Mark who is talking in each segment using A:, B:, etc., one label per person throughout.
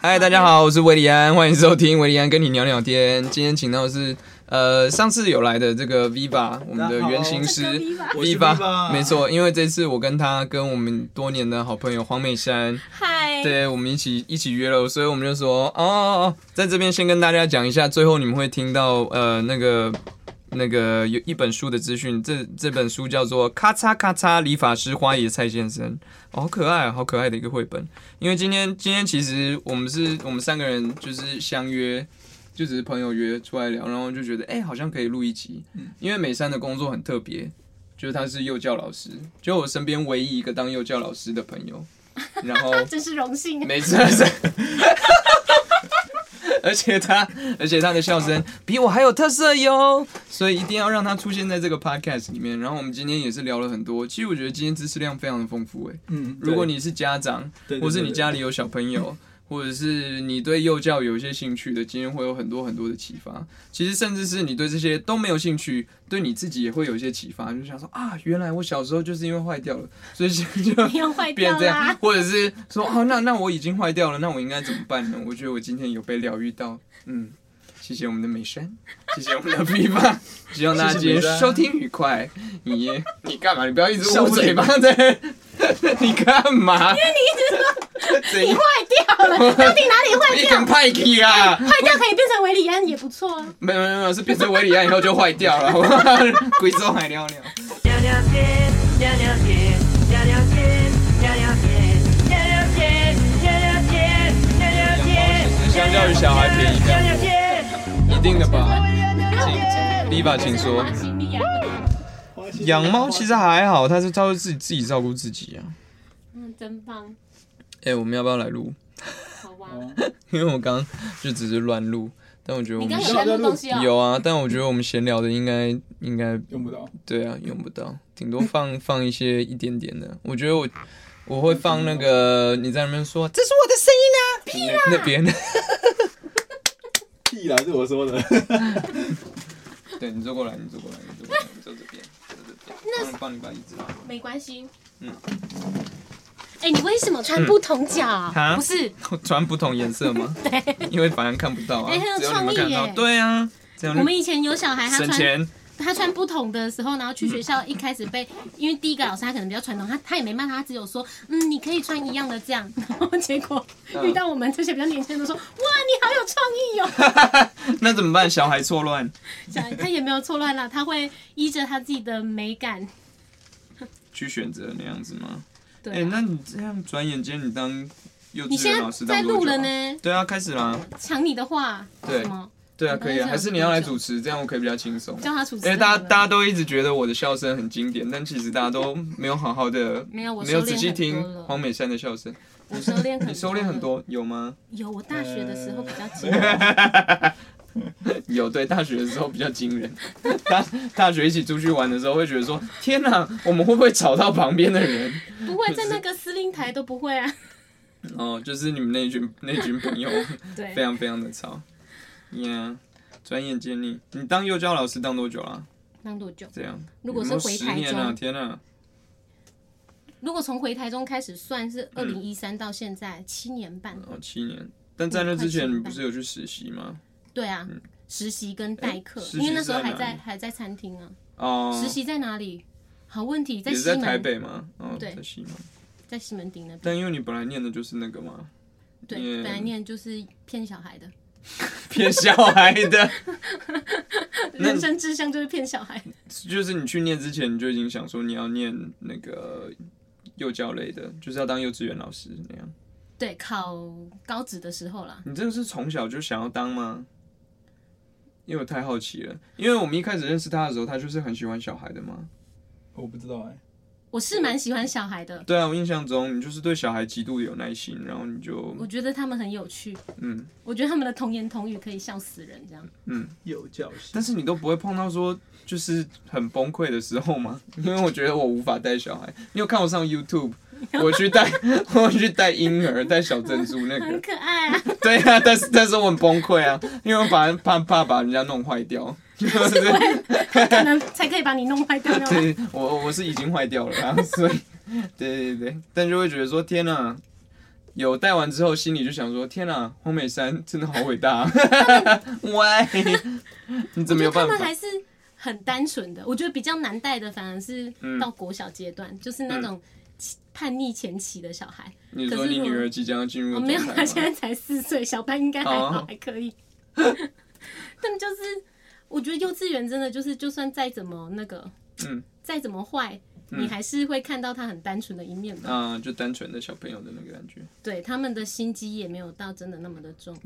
A: 嗨，大家好，我是维里安，欢迎收听维里安跟你聊聊天。今天请到的是呃上次有来的这个 Viva，我们的原型师
B: 这个 Viva
C: 我是 Viva
A: 没错，因为这次我跟他跟我们多年的好朋友黄美珊。
B: 嗨，
A: 对，我们一起一起约了，所以我们就说哦哦，哦在这边先跟大家讲一下，最后你们会听到呃那个那个有一本书的资讯，这这本书叫做《咔嚓咔嚓理发师花野菜先生》，哦，好可爱，好可爱的一个绘本。因为今天今天其实我们是我们三个人就是相约。就只是朋友约出来聊，然后就觉得哎、好像可以录一集，因为美山的工作很特别，就是他是幼教老师，就我身边唯一一个当幼教老师的朋友，然后
B: 啊真是荣幸。
A: 没事，没事。 而且他，而且他的笑声比我还有特色哟，所以一定要让他出现在这个 podcast 里面。然后我们今天也是聊了很多，其实我觉得今天知识量非常的丰富诶、
C: 嗯，
A: 如果你是家长，
C: 对对对
A: 或是你
C: 对
A: 家里有小朋友， 或者是你对幼教有一些兴趣的，今天会有很多很多的启发。其实甚至是你对这些都没有兴趣，对你自己也会有一些启发，就想说啊，原来我小时候就是因为坏掉了，所以现在就
B: 不要坏
A: 变
B: 掉
A: 这样
B: 啦，！
A: 或者是说哦，那那我已经坏掉了，那我应该怎么办呢？我觉得我今天有被疗愈到，嗯，谢谢我们的美山，谢谢我 们的 B 吧，希望大家今天收听愉快。你你干嘛？你不要一直捂嘴巴在， 你干嘛？
B: 你坏掉了， 到底哪里坏
A: 一
B: 掉
A: 点？派气啊！
B: 坏掉可以变成维里安也不错啊。
A: 没有没有没有，是变成维里安以后就坏掉了，贵州海尿尿。
D: 聊聊天，聊聊天，聊聊天，聊聊天，聊聊天，聊聊天，聊聊天。
A: 相较于小孩便宜这
D: 聊
A: 样，
D: 聊天，
A: 一定的吧
D: 聊聊天。
A: ？B 吧，请说。
B: 行李啊，
A: 养猫其实还好，它是它会自己自己照顾自己啊。
B: 嗯，真棒，
A: 哎、我们要不要来录？
B: 好哇！
A: 嗯因为我刚刚就只是乱录，但我觉得我
B: 你
A: 们
B: 刚刚
A: 闲
B: 有在录东西哦？
A: 有啊，但我觉得我们闲聊的应该应该
C: 用不到，
A: 对啊，用不到，顶多放放一些一点点的。我觉得我我会放那个你在那边说这是我的声音啊，屁啊那 边
C: 屁啦，是我说的。
A: 对你坐过来，你坐过来，你坐过来，你坐这边，坐这边，那帮你把椅子拉过来。
B: 没关系。
A: 嗯。
B: 哎，你为什么穿不同脚
A: 嗯哈
B: 啊？不是，
A: 穿不同颜色吗？因为反正看不到啊，
B: 哎很有
A: 只有你们
B: 创
A: 看
B: 意
A: 到。
B: 耶
A: 对啊，这样
B: 我
A: 就
B: 们以前有小孩，他
A: 省
B: 穿
A: 钱。
B: 他穿不同的时候，然后去学校一开始被，因为第一个老师他可能比较传统，他他也没骂他，他只有说，嗯，你可以穿一样的这样。然后结果遇到我们这些比较年轻人都说，哇，你好有创意哦。
A: 那怎么办？小孩错乱。
B: 小孩他也没有错乱啦，他会依着他自己的美感。
A: 去选择那样子吗？哎、
B: 对啊、
A: 那你这样转眼间你当幼
B: 你
A: 稚
B: 现
A: 园老
B: 在
A: 师
B: 在
A: 当多
B: 录
A: 久、
B: 了
A: 啊？
B: 呢，
A: 对啊，开始啦。
B: 抢你的话，
A: 对
B: 什么？
A: 对啊，
B: 嗯我刚
A: 可以啊，
B: 才
A: 还
B: 想
A: 是你要来主持，这样我可以比较轻松。
B: 叫他主持
A: 哎、
B: 人好
A: 大
B: 了。
A: 家大家都一直觉得我的笑声很经典，但其实大家都没有好好的，
B: 没有我
A: 没有
B: 嗯收敛
A: 仔细
B: 很
A: 听
B: 多了 嗯
A: 黄美珊的笑声。
B: 我收敛很多，
A: 你收敛很。多，有吗？
B: 有，我大学的时候比较啊紧，
A: 有，对，大学的时候比较惊人。 大大学一起出去玩的时候，会觉得说：天哪、我们会不会吵到旁边的人？
B: 不会在那个司令台都不会啊。
A: 哦，就是你们那群那群朋 友。
B: 对
A: 非，常非常的吵。Yeah，转眼间你你当幼教老师当多久了、
B: 当多久？
A: 这样？
B: 如果是回
A: 有没有
B: 台
A: 十年
B: 中，
A: 啊，天啊，
B: 如果从回台中开始算，
A: 嗯
B: 是二零一三到现在七年半。
A: 哦七年。但在那之
B: 嗯快七
A: 前
B: 年
A: 你不是有去实习吗？
B: 对啊，实习跟代课
A: 哎，嗯实习
B: 因为那时候还
A: 是在哪
B: 在
A: 里
B: 还在餐厅啊。
A: 哦，
B: 实习在哪里？好问题，在
A: 也是
B: 西
A: 在台
B: 门，
A: 北吗？哦，
B: 对
A: 在西门。
B: 在西门町那边。
A: 但因为你本来念的就是那个嘛，
B: 对，
A: 嗯
B: 本 来念就是骗小孩的，
A: 骗小孩的，那
B: 人生志向就是骗小孩。
A: 就是你去念之前你就已经想说你要念那个幼教类的，就是要当幼稚园老师那样。
B: 对，考高职的时候啦，
A: 你这个是从小就想要当吗？因为我太好奇了，因为我们一开始认识他的时候，他就是很喜欢小孩的嘛。
C: 我不知道哎、
B: 我是蛮喜欢小孩的，
A: 对啊，我印象中你就是对小孩极度有耐心，然后你就
B: 我觉得他们很有趣，
A: 嗯，
B: 我觉得他们的童言童语可以笑死人，这样。
C: 幼教师
A: 但是你都不会碰到说就是很崩溃的时候吗？因为我觉得我无法带小孩。你有看我上 YouTube，我去带 我去带婴儿、带小珍珠那
B: 很
A: 个，
B: 可爱 啊！
A: 对啊，但是但是我很崩溃啊，因为我把怕怕把人家弄坏掉，就是
B: 他可能才可以把你弄坏掉那种。
A: 对， 我我是已经坏掉了啊，所以对对对，但就会觉得说天哪、有戴完之后，心里就想说：天啊，黄美山真的好伟大、啊！ 喂， 你怎么有
B: 他
A: 办
B: 们
A: 法
B: 还？是很单纯的，我觉得比较难带的反而是
A: 嗯
B: 到国小阶段，就是那种叛逆前期的小孩。
A: 你
B: 可
A: 说
B: 是
A: 你
B: 我哦
A: 女儿即将要进入
B: 我没有，
A: 状态
B: 他现
A: 哦吗
B: 在才四岁，小班应该还好，
A: 哦
B: 还可以。 但就是，我觉得幼稚园真的就是，就算再怎么那个，
A: 嗯，
B: 再怎么坏，
A: 嗯
B: 你还是会看到他很单纯的一面 吧。
A: 啊，就单纯的小朋友的那个感觉。
B: 对，他们的心机也没有到真的那么的重。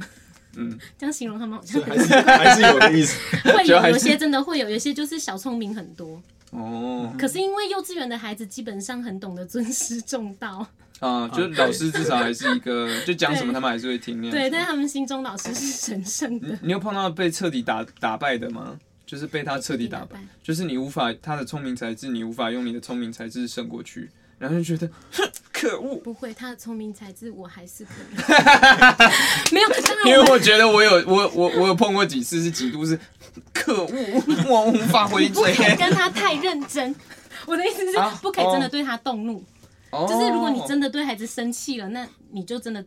A: 嗯，
B: 这样形容他们好
C: 所
B: 像
C: 以还是还是有个意思。
B: 会
A: 就
B: 有
A: 还是
B: 有些真的会有，有些就是小聪明很多。
A: 哦，
B: 可是因为幼稚园的孩子基本上很懂得尊师重道，
A: 啊，就是老师至少还是一个， 就讲什么他们还是会听那样子。
B: 对，在他们心中老师是神圣的。
A: 你有碰到被彻底打打败的吗？就是被他彻底打败
B: 被彻底打败，
A: 就是你无法他的聪明才智，你无法用你的聪明才智胜过去，然后就觉得，哼，可恶！
B: 不会，他的聪明才智我还是可以。 没有，当
A: 因为
B: 然我
A: 我觉得我有我我我有碰过几次是几度是，可恶，我无法回
B: 不
A: 嘴。
B: 可以跟他太认真。我的意思是
A: 啊，
B: 不可以真
A: 哦
B: 的对他动怒。
A: 哦
B: 就是如果你真的对孩子生气了，那你就真的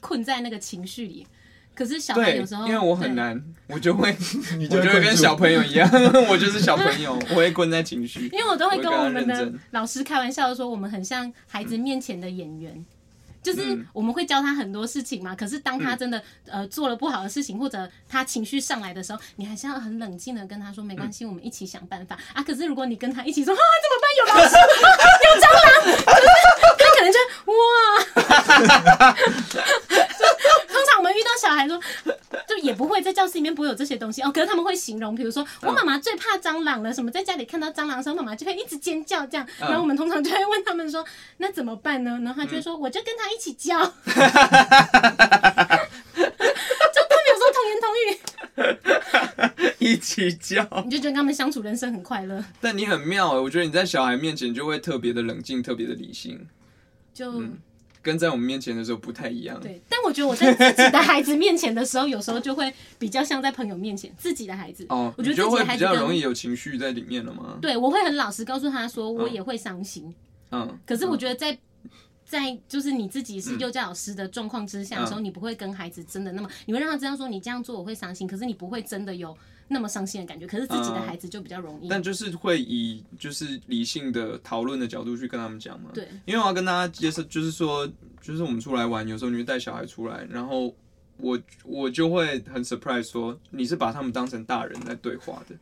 B: 困在那个情绪里。可是小孩
A: 哦对
B: 有时，候，
A: 因为我很难，我就会
C: 你
A: 我就会
C: 困
A: 跟
C: 住
A: 小朋友一样， 我就是小朋 友，我会困在情绪
B: 对，。因为我都会跟我们
A: 我会跟他
B: 的
A: 认真
B: 老师开玩笑说，我们很像孩子面前的演员。就是
A: 嗯
B: 我们会教他很多事情嘛，可是当他真的、呃做了不好的事情，或者他情绪上来的时候，你还是要很冷静的跟他说，没关系，我们一起想办法啊。可是如果你跟他一起说啊，怎么办？有老师， 有蟑螂， 就是他可能就哇， 通常我们遇到小孩说，就也不会在教室里面不会有这些东西哦，可是他们会形容，比
A: 嗯
B: 如说我妈妈最怕蟑螂了，什么在家里看到蟑螂的时候，妈妈就会一直尖叫这样，
A: 嗯
B: 然后我们通常就会问他们说，那怎么办呢？然后他就会
A: 嗯
B: 说，我就跟他一起叫，就他们有时候童言童语，
A: 一起叫。
B: 你就觉得跟他们相处人生很快乐，
A: 但你很妙、欸，我觉得你在小孩面前就会特别的冷静，特别的理性，
B: 就、
A: 嗯跟在我们面前的时候不太一样。
B: 对。但我觉得我在自己的孩子面前的时候，有时候就会比较像在朋友面前，自己的孩子，
A: 哦，
B: 我觉得
A: 你
B: 自
A: 就
B: 己
A: 会
B: 的孩
A: 比
B: 子
A: 较
B: 跟
A: 容易有情绪在里面了吗？
B: 对，我会很老实告诉他说，我也会伤心。
A: 嗯，
B: 可是我
A: 嗯
B: 觉得在、在就是你自己是幼教老师的状况之下的时候，
A: 嗯
B: 你不会跟孩子真的那么，你会让他知道说你这样做我会伤心，可是你不会真的有那么伤心的感觉。可是自己的
A: 嗯
B: 孩子就比较容易。
A: 但就是会以就是理性的讨论的角度去跟他们讲嘛。
B: 对，
A: 因为我要跟大家介绍，就是说，就是我们出来玩，有时候你会带小孩出来，然后我我就会很 surprise 说你是把他们当成大人在对话的，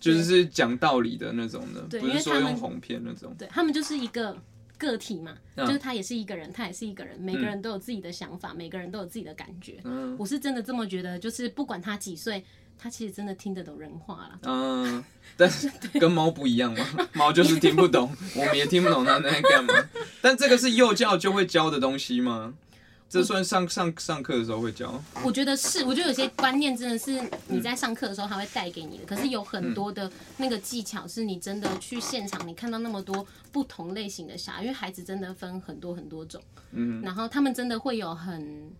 A: 就是
B: 对
A: 是讲道理的那种的，
B: 对
A: 不
B: 因
A: 是
B: 为
A: 说
B: 他们
A: 用哄骗那种。
B: 对他们就是一个个体嘛，
A: 嗯
B: 就是他也是一个人，他也是一个人，每个人都有自己的想法，每个人都有自己的感觉。
A: 嗯
B: 我是真的这么觉得，就是不管他几岁，他其实真的听得懂人话了。
A: 嗯，但是跟猫不一样嘛， 猫就是听不 懂，我们也听不懂它在干嘛。但这个是幼教就会教的东西吗？这算上上上课的时候会教？
B: 我觉得是，我觉得有些观念真的是你在上课的时候他会带给你的，可是有很多的那个技巧是你真的去现场，你看到那么多不同类型的小孩，因为孩子真的分很多很多种，
A: 嗯，
B: 然后他们真的会有很。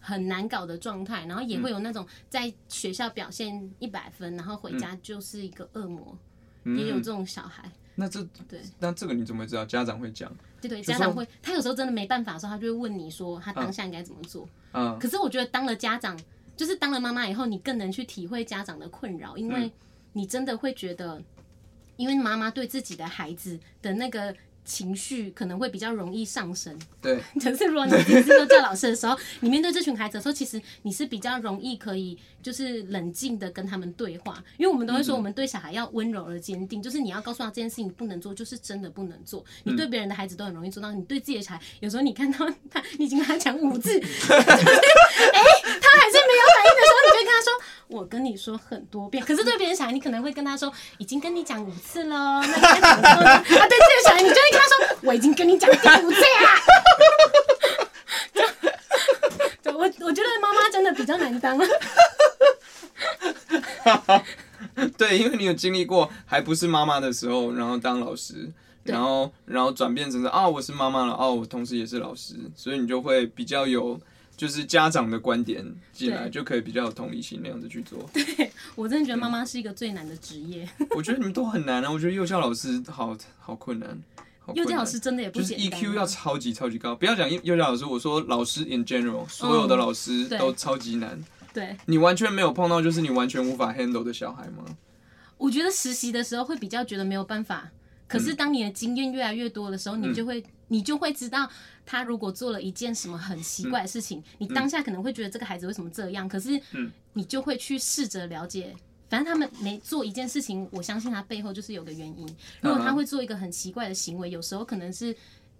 B: 很难搞的状态，然后也会有那种在学校表现一百分，然后回家就是一个恶魔，也有这种小孩。
A: 那这
B: 对
A: 那这个你怎么会知道？家长会讲。
B: 对对，
A: 就
B: 家
A: 说
B: 长会，他有时候真的没办法的时候，他就会问你说他当下应该怎么做。
A: 嗯，
B: 可是我觉得当了家长，就是当了妈妈以后，你更能去体会家长的困扰，因为你真的会觉得，因为妈妈对自己的孩子的那个。情绪可能会比较容易上升，
A: 对，
B: 可是如果你自己是幼教老师的时候， 你面对这群孩子的时候，其实你是比较容易可以就是冷静的跟他们对话，因为我们都会说我们对小孩要温柔而坚定，就是你要告诉他这件事情不能做，就是真的不能做。你对别人的孩子都很容易做到，你对自己的小孩，有时候你看到他，你已经跟他讲五 次，他还是没有反应的时候，你就跟他说：“我跟你说很多遍。”可是对别人小孩，你可能会跟他说：“已经跟你讲五次了。”那你该怎么做呢？啊，对自己的小孩，你就会跟他说：“我已经跟你讲第五次啦。就”对我，我觉得妈妈真的比较难当。
A: 对，因为你有经历过还不是妈妈的时候，然后当老师，
B: 对
A: 然后然后转变成是啊，我是妈妈了，哦、我同时也是老师，所以你就会比较有就是家长的观点进来，
B: 对
A: 就可以比较有同理心那样子去做。
B: 我真的觉得妈妈是一个最难的职业。
A: 我觉得你们都很难啊，我觉得幼教老师好好困难，好好
B: 幼
A: 困
B: 教
A: 难
B: 老师真的也不
A: 就是
B: 简单。啊
A: EQ 要超级超级高，不要讲幼幼教老师，我说老师 in general，所有的老师
B: 嗯对
A: 都超级难。
B: 对，
A: 你完全没有碰到就是你完全无法 handle 的小孩吗？
B: 我觉得实习的时候会比较觉得没有办法，可是当你的经验越来越多的时候，你就会你就会知道，他如果做了一件什么很奇怪的事情，你当下可能会觉得这个孩子为什么这样，可是
A: 嗯
B: 你就会去试着了解。反正他们每做一件事情，我相信他背后就是有个原因。如果他会做一个很奇怪的行为，有时候可能是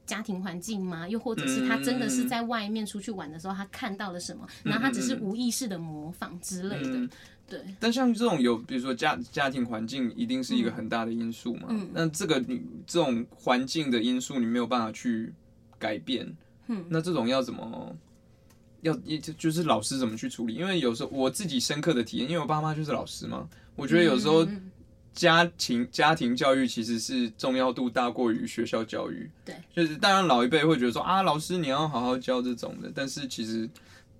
B: 家庭环境嘛，又或者是他真的是在外面出去玩的时候，他看到了什么，然后他只是无意识的模仿之类的
A: 嗯。
B: 对，
A: 但像这种有，比如说家家庭环境，一定是一个很大的因素嘛。
B: 嗯
A: 那这个你这种环境的因素，你没有办法去改变。
B: 嗯
A: 那这种要怎么？要也就就是老师怎么去处理？因为有时候我自己深刻的体验，因为我爸妈就是老师嘛，我觉得有时候
B: 嗯嗯嗯
A: 家庭家庭教育其实是重要度大过于学校教育。
B: 对，
A: 就是当然老一辈会觉得说啊，老师你要好好教这种的，但是其实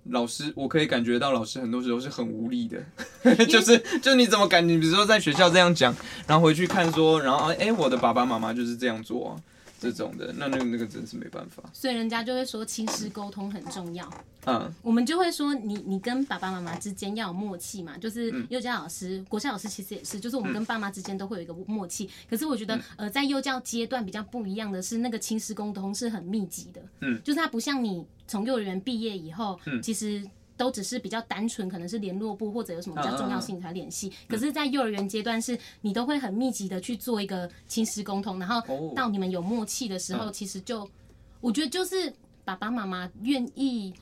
A: 老师我可以感觉到老师很多时候是很无力的， 就是就你怎么感觉，比如说在学校这样讲，然后回去看说，然后哎、诶我的爸爸妈妈就是这样做、啊。这种的，那那个那个真是没办法。
B: 所以人家就会说亲师沟通很重要。
A: 嗯
B: 我们就会说你你跟爸爸妈妈之间要有默契嘛，就是幼教老师、国教老师其实也是，就是我们跟爸妈之间都会有一个默契。可是我觉得、呃，在幼教阶段比较不一样的是，那个亲师沟通是很密集的，
A: 嗯，
B: 就是它不像你从幼儿园毕业以后，其实。都只是比较单纯，可能是联络部或者有什么比较重要性才联系。可是，在幼儿园阶段，是你都会很密集的去做一个亲师沟通，然后
A: 哦
B: 到你们有默契的时
A: 嗯
B: 候，其实就我觉得就是爸爸妈妈愿意，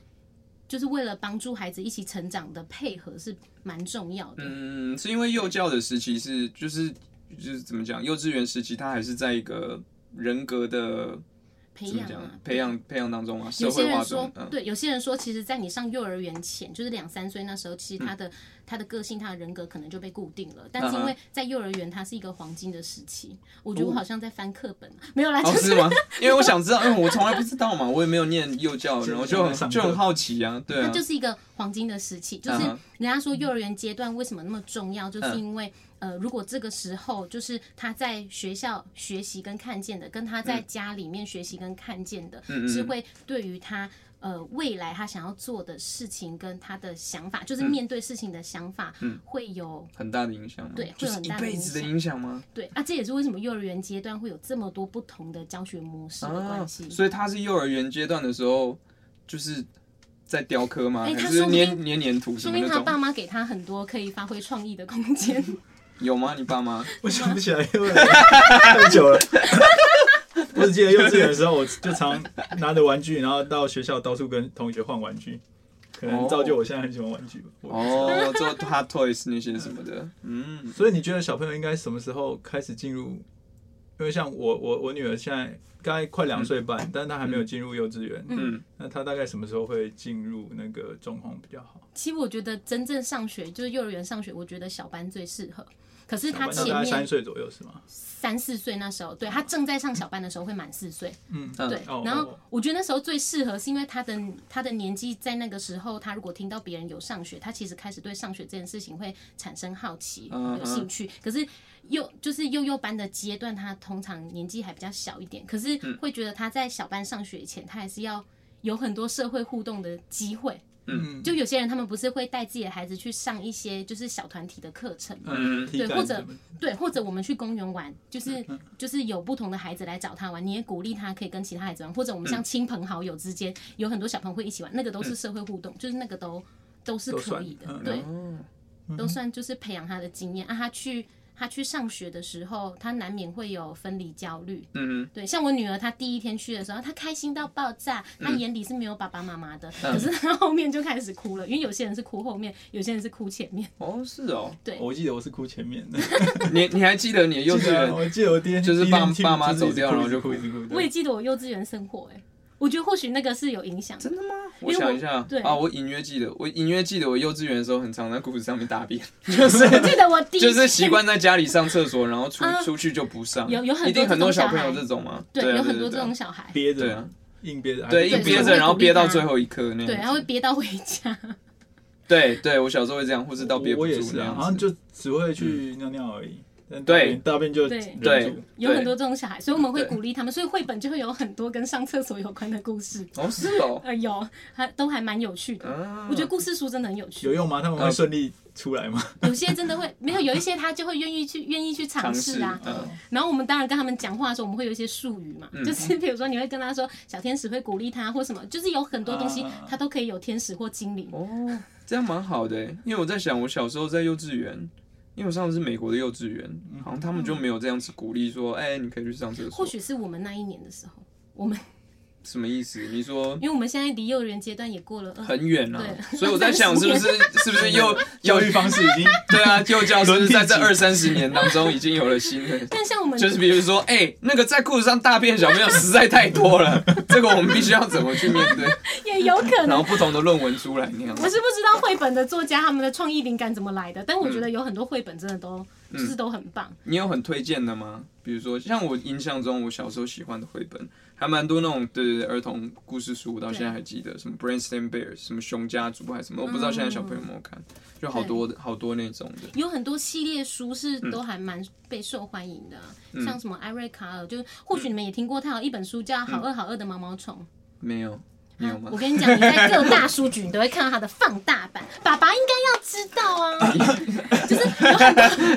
B: 就是为了帮助孩子一起成长的配合是蛮重要的。
A: 嗯，是因为幼教的时期是就是就是怎么讲，幼稚园时期他还是在一个人格的
B: 培
A: 怎么
B: 养
A: 讲
B: 啊，
A: 培养培养当中啊，社
B: 有些
A: 会化
B: 人
A: 中
B: 说，，
A: 嗯，
B: 对，有些人说，其实，在你上幼儿园前，就是两三岁那时候，其实
A: 嗯
B: 他的、他的个性、他的人格可能就被固定了。
A: 啊
B: 但是因为在幼儿园，它是一个黄金的时期，我觉得我好像在翻课本，啊没有啦，就
A: 哦，
B: 是
A: 是吗？ 因为我想知道，因嗯为我从来不知道嘛，我也没有念幼教，
C: 是
A: 然后就
C: 现在
A: 很
C: 上课
A: 就很好奇啊，对
B: 它
A: 啊
B: 就，是一个黄金的时期，就是
A: 嗯哼
B: 人家说幼儿园阶段为什么那么重要，就是
A: 嗯
B: 因为呃，如果这个时候就是他在学校学习跟看见的，跟他在家里面学习跟看见的，
A: 嗯
B: 是会对于他。呃，未来他想要做的事情跟他的想法，
A: 嗯
B: 就是面对事情的想法，会有
A: 很大的影响嘛，
B: 对
A: 就
B: 会有
A: 是
B: 很
A: 一
B: 大的
A: 辈子的
B: 影
A: 影响吗？
B: 对啊，这也是为什么幼儿园阶段会有这么多不同的教学模式的
A: 啊，
B: 关系。
A: 所以他是幼儿园阶段的时候，就是在雕刻吗？
B: 哎
A: 还
B: 他
A: 是
B: 说不定
A: 粘粘黏土什
B: 说
A: 么
B: 明他
A: 那
B: 爸
A: 种？
B: 妈给他很多可以发挥创意的空间。
A: 有吗？你爸 妈？
C: 我想不起 来，因为太久了。我只记得幼稚园的时候，我就常拿着玩具，然后到学校到处跟同学换玩具，可能造就我现在很喜欢玩具吧。我
A: 哦，做 Hot Toys 那些什么的，嗯，
C: 所以你觉得小朋友应该什么时候开始进入？因为像我，我我女儿现在刚才快两岁半，但是她还没有进入幼稚园。
A: 嗯，
C: 那她大概什么时候会进入那个状况比较好？
B: 其实我觉得真正上学就是幼儿园上学，我觉得小班最适合。可是
C: 小
B: 他
C: 班大
B: 前
C: 概三
B: 面
C: 岁左右是吗？
B: 三四岁那时候，对他正在上小班的时候会满四岁，
C: 嗯，
A: 嗯
B: 对
C: 哦。
B: 然
C: 哦
B: 后我觉得那时候最适合，是因为他的他的年纪在那个时候，他如果听到别人有上学，他其实开始对上学这件事情会产生好奇、
A: 嗯
B: 有兴趣。可是幼就是幼幼班的阶段，他通常年纪还比较小一点，可是
C: 嗯
B: 会觉得他在小班上学以前，他还是要有很多社会互动的机会。
C: 嗯，
B: 就有些人他们不是会带自己的孩子去上一些就是小团体的课程嘛，
C: 嗯，
B: 对
C: 体感
B: 或者
C: 什么的
B: 对，或者我们去公园玩，
C: 嗯
B: 就是就是有不同的孩子来找他玩，你也鼓励他可以跟其他孩子玩，或者我们像亲朋好友之间有很多小朋友会一起玩，那个都是社会互动，就是那个都都
C: 嗯
B: 是
C: 都
B: 可
C: 算
B: 以的，
C: 嗯
B: 对，
A: 哦，
B: 都算就是培养他的经验啊。他去他去上学的时候，他难免会有分离焦虑，
A: 嗯，
B: 对，像我女儿，她第一天去的时候，她开心到爆炸，她
A: 嗯
B: 眼里是没有爸爸妈妈的，可是她后面就开始哭了，因为有些人是哭后面，有些人是哭前面。
A: 哦，是哦，
B: 对
C: 我记得我是哭前面的，
A: 你你还记得你的 幼稚园
C: 我 记得我第一天
A: 就是爸
C: 第一天去
A: 爸妈
C: 就是一直
A: 走掉然后就
C: 哭一直哭，一直哭
B: 我也记得我幼稚园生活、欸，我觉得或许那个是有影响的。
A: 真的吗？我
B: 因为我
A: 想一下
B: 对
A: 啊，我隐约记得，我隐约记得我幼稚园的时候很常在裤子上面大 便，就是
B: 我记得我第一
A: 就是习惯在家里上厕所，然后出
B: 啊
A: 出去就不上。
B: 有有很多
A: 一定很多
B: 这
A: 小
B: 种小
A: 朋友
B: 孩
A: 这种吗？
B: 对，
A: 啊
B: 有很多这
A: 对啊
B: 种小孩，
C: 憋着
A: 对
C: 嘛
A: 啊，
C: 硬憋着，
A: 对
C: 还
A: 硬
C: 是
A: 憋
B: 所以
A: 着，
B: 我
A: 然后
B: 会鼓励
A: 憋到
B: 他
A: 最后一刻那
B: 对，
A: 样
B: 她
A: 子。
B: 会憋到回家。
A: 对对，我小时候会这样，或是到憋
C: 我
A: 不
C: 我也
A: 住
C: 是
A: 那
C: 啊，
A: 样嗯
C: 好
A: 子。
C: 像就只会去尿尿而已，但大
E: 对
C: 便大便就
B: 对
C: 忍
E: 对
C: 住
B: 有很多这种小孩，所以我们会
E: 对
B: 鼓励他们，所以绘本就会有很多跟上厕所有关的故事。
A: 哦，是哦，
B: 呃，有，还都还蛮有趣的。
A: 啊
B: 我觉得故事书真的很有趣，
C: 有用吗？他们会
A: 呃
C: 顺利出来吗？
B: 有些真的会没有，有一些他就会愿意去愿意去尝试啊。
E: 嗯
B: 然后我们当然跟他们讲话的时候，我们会有一些术语
A: 嗯
B: 嘛，就是比如说你会跟他说小天使会鼓励他或什么，就是有很多东西
C: 啊
B: 他都可以有天使或精灵。
A: 哦，这样蛮好的欸，因为我在想，我小时候在幼稚园。因为我上的是美国的幼稚园，好像他们就没有这样子鼓励说，哎、你可以去上厕所
B: 或，许是我们那一年的时候，我们
A: 什么意思？你说
B: 因为我们现在离幼儿园阶段也过了二，
A: 很远啊，
B: 对
A: 所以我在想，是不是是不是幼
C: 教
A: 教
C: 育
A: 育
C: 方 式已经
A: 对啊，幼教是不是在这
C: 轮替期
A: 二三十年当中已经有了新的？
B: 但像我们
A: 就是比如说，哎、那个在裤子上大便的小朋友实在太多了，这个我们必须要怎么去面对？
B: 也有可
A: 然
B: 能
A: 后。不同的论文出来那样
B: 我。是不知道绘本的作家他们的创意灵感怎么来的，但我觉
A: 嗯
B: 得有很多绘本真的都、就是都很棒。
A: 你有很推荐的吗？比如说，像我印象中，我小时候喜欢的绘本还蛮多那种，对对对，儿童故事书，我到现在还记得，什么《Brainstorm Bears》，什么《熊家族》还是什么，我不知道现在小朋友有没有看，就好多
B: 嗯
A: 好多那种的。
B: 有很多系列书是
A: 嗯
B: 都还蛮被受欢迎的啊，像什么艾瑞卡尔，就是或
A: 嗯
B: 许你们也听过，他有一本书叫《好饿好饿的毛毛虫》。
A: 没有，你有吗
B: 啊我？跟你讲，你在各大书局你都会看到它的放大版，爸爸应该要知道啊。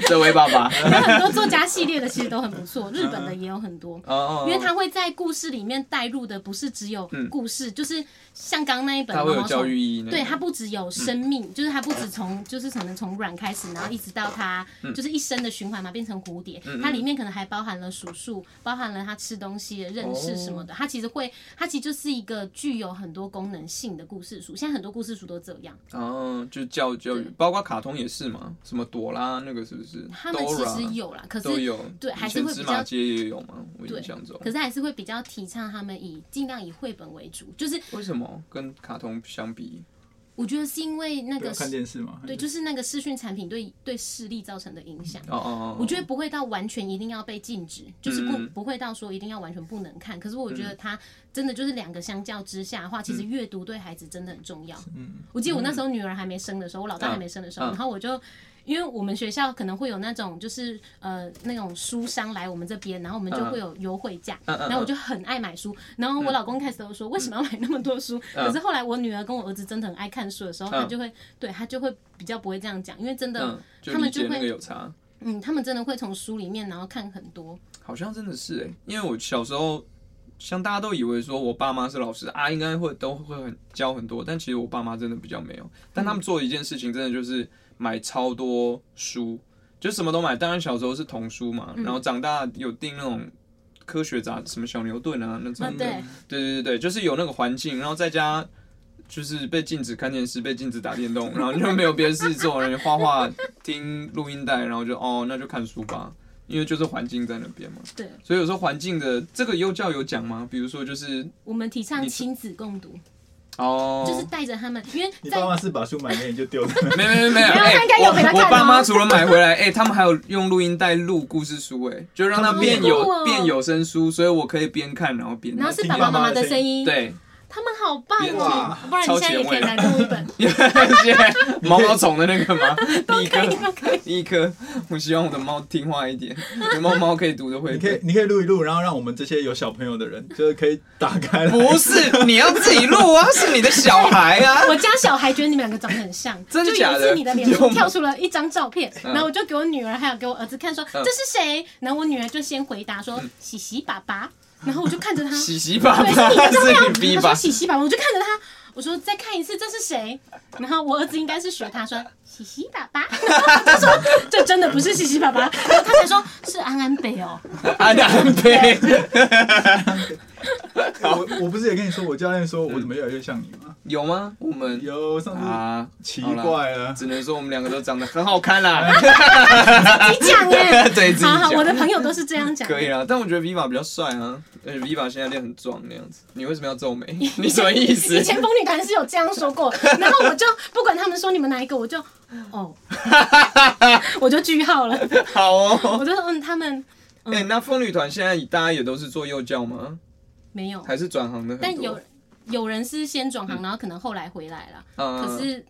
A: 这位爸 爸，
B: 有很多作家系列的其实都很不错，日本的也有很多。
A: 哦哦，哦
B: 因为他会在故事里面带入的不是只有故事，就是像刚刚那一本
A: 他
B: 毛
A: 会
B: 毛
A: 嗯有
B: 虫，
A: 教育意义
C: 嗯
A: 呢。
B: 对，它不只有生命，就是它不只从就是可能从卵开始，然后一直到它、
C: 嗯
B: 就是一生的循环嘛，变成蝴蝶。它里面可能还包含了数数，包含了它吃东西的认识什么
C: 哦
B: 的。它其实会，它其实就是一个具有很多功能性的故事书。现在很多故事书都这样，
A: 哦，就教教育，包括卡通也是嘛，什么朵拉那个是不是？
B: 他们
C: 啊
B: 其实有啦，可
A: 都
B: 是
A: 有，
B: 对
A: 以
B: 还是
A: 前
B: 会
A: 芝
B: 比较
A: 麻街也有嘛，我印象中。
B: 可是还是会比较提倡他们以尽量以绘本为主，就是
A: 为什么跟卡通相比？
B: 我觉得是因为那
C: 不要
B: 个
C: 看电视嘛？
B: 对，就是那个视讯产品对对视力造成的影响。
A: 哦哦，
B: 我觉得不会到完全一定要被禁止，就是不、
A: 嗯
B: 不会到说一定要完全不能看。可是我觉得它真的就是两个相较之下的
A: 嗯
B: 话，其实阅读对孩子真的很重要。
C: 嗯，
B: 我记得我那时候女儿还没生的时候，我老大还没生的时候，
A: 嗯
B: 然后我就。因为我们学校可能会有那种，就是呃那种书商来我们这边，然后我们就会有优惠价，
A: 嗯嗯嗯
B: 然后我就很爱买书。然后我老公开始都说为什么要买那么多书？
A: 嗯
B: 可是后来我女儿跟我儿子真的很爱看书的时候，他
A: 嗯
B: 就会对他就会比较不会这样讲，因为真的、
A: 嗯，就
B: 他
A: 理
B: 们就
A: 解
B: 会
A: 那个有差，
B: 嗯，他们真的会从书里面然后看很多，
A: 好像真的是哎、因为我小时候，像大家都以为说我爸妈是老师啊，应该会都会很教很多，但其实我爸妈真的比较没有，但他们做一件事情真的就是买超多书，就什么都买。当然小时候是童书嘛，然后长大有订那种科学杂什么小牛顿啊那种
B: 啊
A: 的，
B: 对
A: 对对对对，就是有那个环境，然后在家就是被禁止看电视，被禁止打电动，然 后就没有别的事做，然后画画、听录音带，然后就哦，那就看书吧，因为就是环境在那边嘛。
B: 对，
A: 所以有时候环境的这个幼教有讲吗？比如说就是
B: 我们提倡
A: 你
B: 亲子共读，
A: 哦，
B: 就是带着他们，因为
C: 你
B: 在
C: 爸妈是把书买给你就丢在那，
A: 没没没没有，
B: 没有
A: 哎
B: 他应该有给他
A: 我
B: 看
A: 我爸
B: 哦
A: 妈除了买回来，哎、 他们还有用录音带录故事书、哎，就让它
C: 好
A: 变
C: 酷
A: 有、
B: 哦
A: 变有声书，所以我可以边看然后边
B: 然后是
C: 听
B: 爸
C: 爸
B: 爸妈
C: 妈
B: 妈
C: 的
B: 的
C: 声
B: 声音，，
A: 对，
B: 他们好棒
A: 编
B: 哦
A: 辑，
B: 不然你现在也可以来录一 本，
A: 现在毛毛虫的那个吗？
B: 都
A: 一
B: 可以
A: 个。
B: 都可以。
A: 一颗，我希望我的猫听话一点，有猫猫可以读的绘
C: 你可以
A: 本。
C: 你可以录一录，然后让我们这些有小朋友的人，就是可以打开来。
A: 不是，你要自己录 啊，是你的小孩啊。
B: 我家小孩觉得你们两个长得很像，
A: 真的
B: 就
A: 假
B: 有一
A: 的
B: 次你的脸
A: 有
B: 书
A: 吗
B: 跳出了一张照片，
A: 嗯
B: 然后我就给我女儿还有给我儿子看说
A: 嗯
B: 这是谁，然后我女儿就先回答说喜喜爸爸，然后我就看着他，
A: 喜喜爸
B: 对，是你
A: 爸
B: 的重
A: 是
B: 要。
A: 你逼
B: 他说
A: 吧？
B: 喜喜吧，我就看着他，我说再看一次这是谁？然后我儿子应该是学他说喜喜爸爸， 然后他说这真的不是喜喜爸爸，然后他才说是安安北哦，
A: 安安 贝，
C: 我我不是也跟你说，我教练说我怎么越来越像你吗？
A: 有吗？我们
C: 有上次
A: 啊，
C: 奇
A: 好啦，
C: 怪了，
A: 只能说我们两个都长得很好看 啦。
B: 你讲耶，
A: 对自己
B: 好好，我的
A: 讲。
B: 朋友都是这样讲，
A: 可以啊啦，但我觉得 Viva 比较帅啊，而且 Viva 现在练很壮那样子。你为什么要皱眉？ 你什么意思
B: 以？前风女团是有这样说过，然后我就不管他们说你们哪一个，我就 哦，我就句号了，
A: 好哦。
B: 我就说嗯，他们
A: 哎、那风女团现在大家也都是做幼教吗？
B: 没有，
A: 还是转行的很多？
B: 但有有人是先转行，然后可能后来回来了。
A: 嗯，
B: 可是，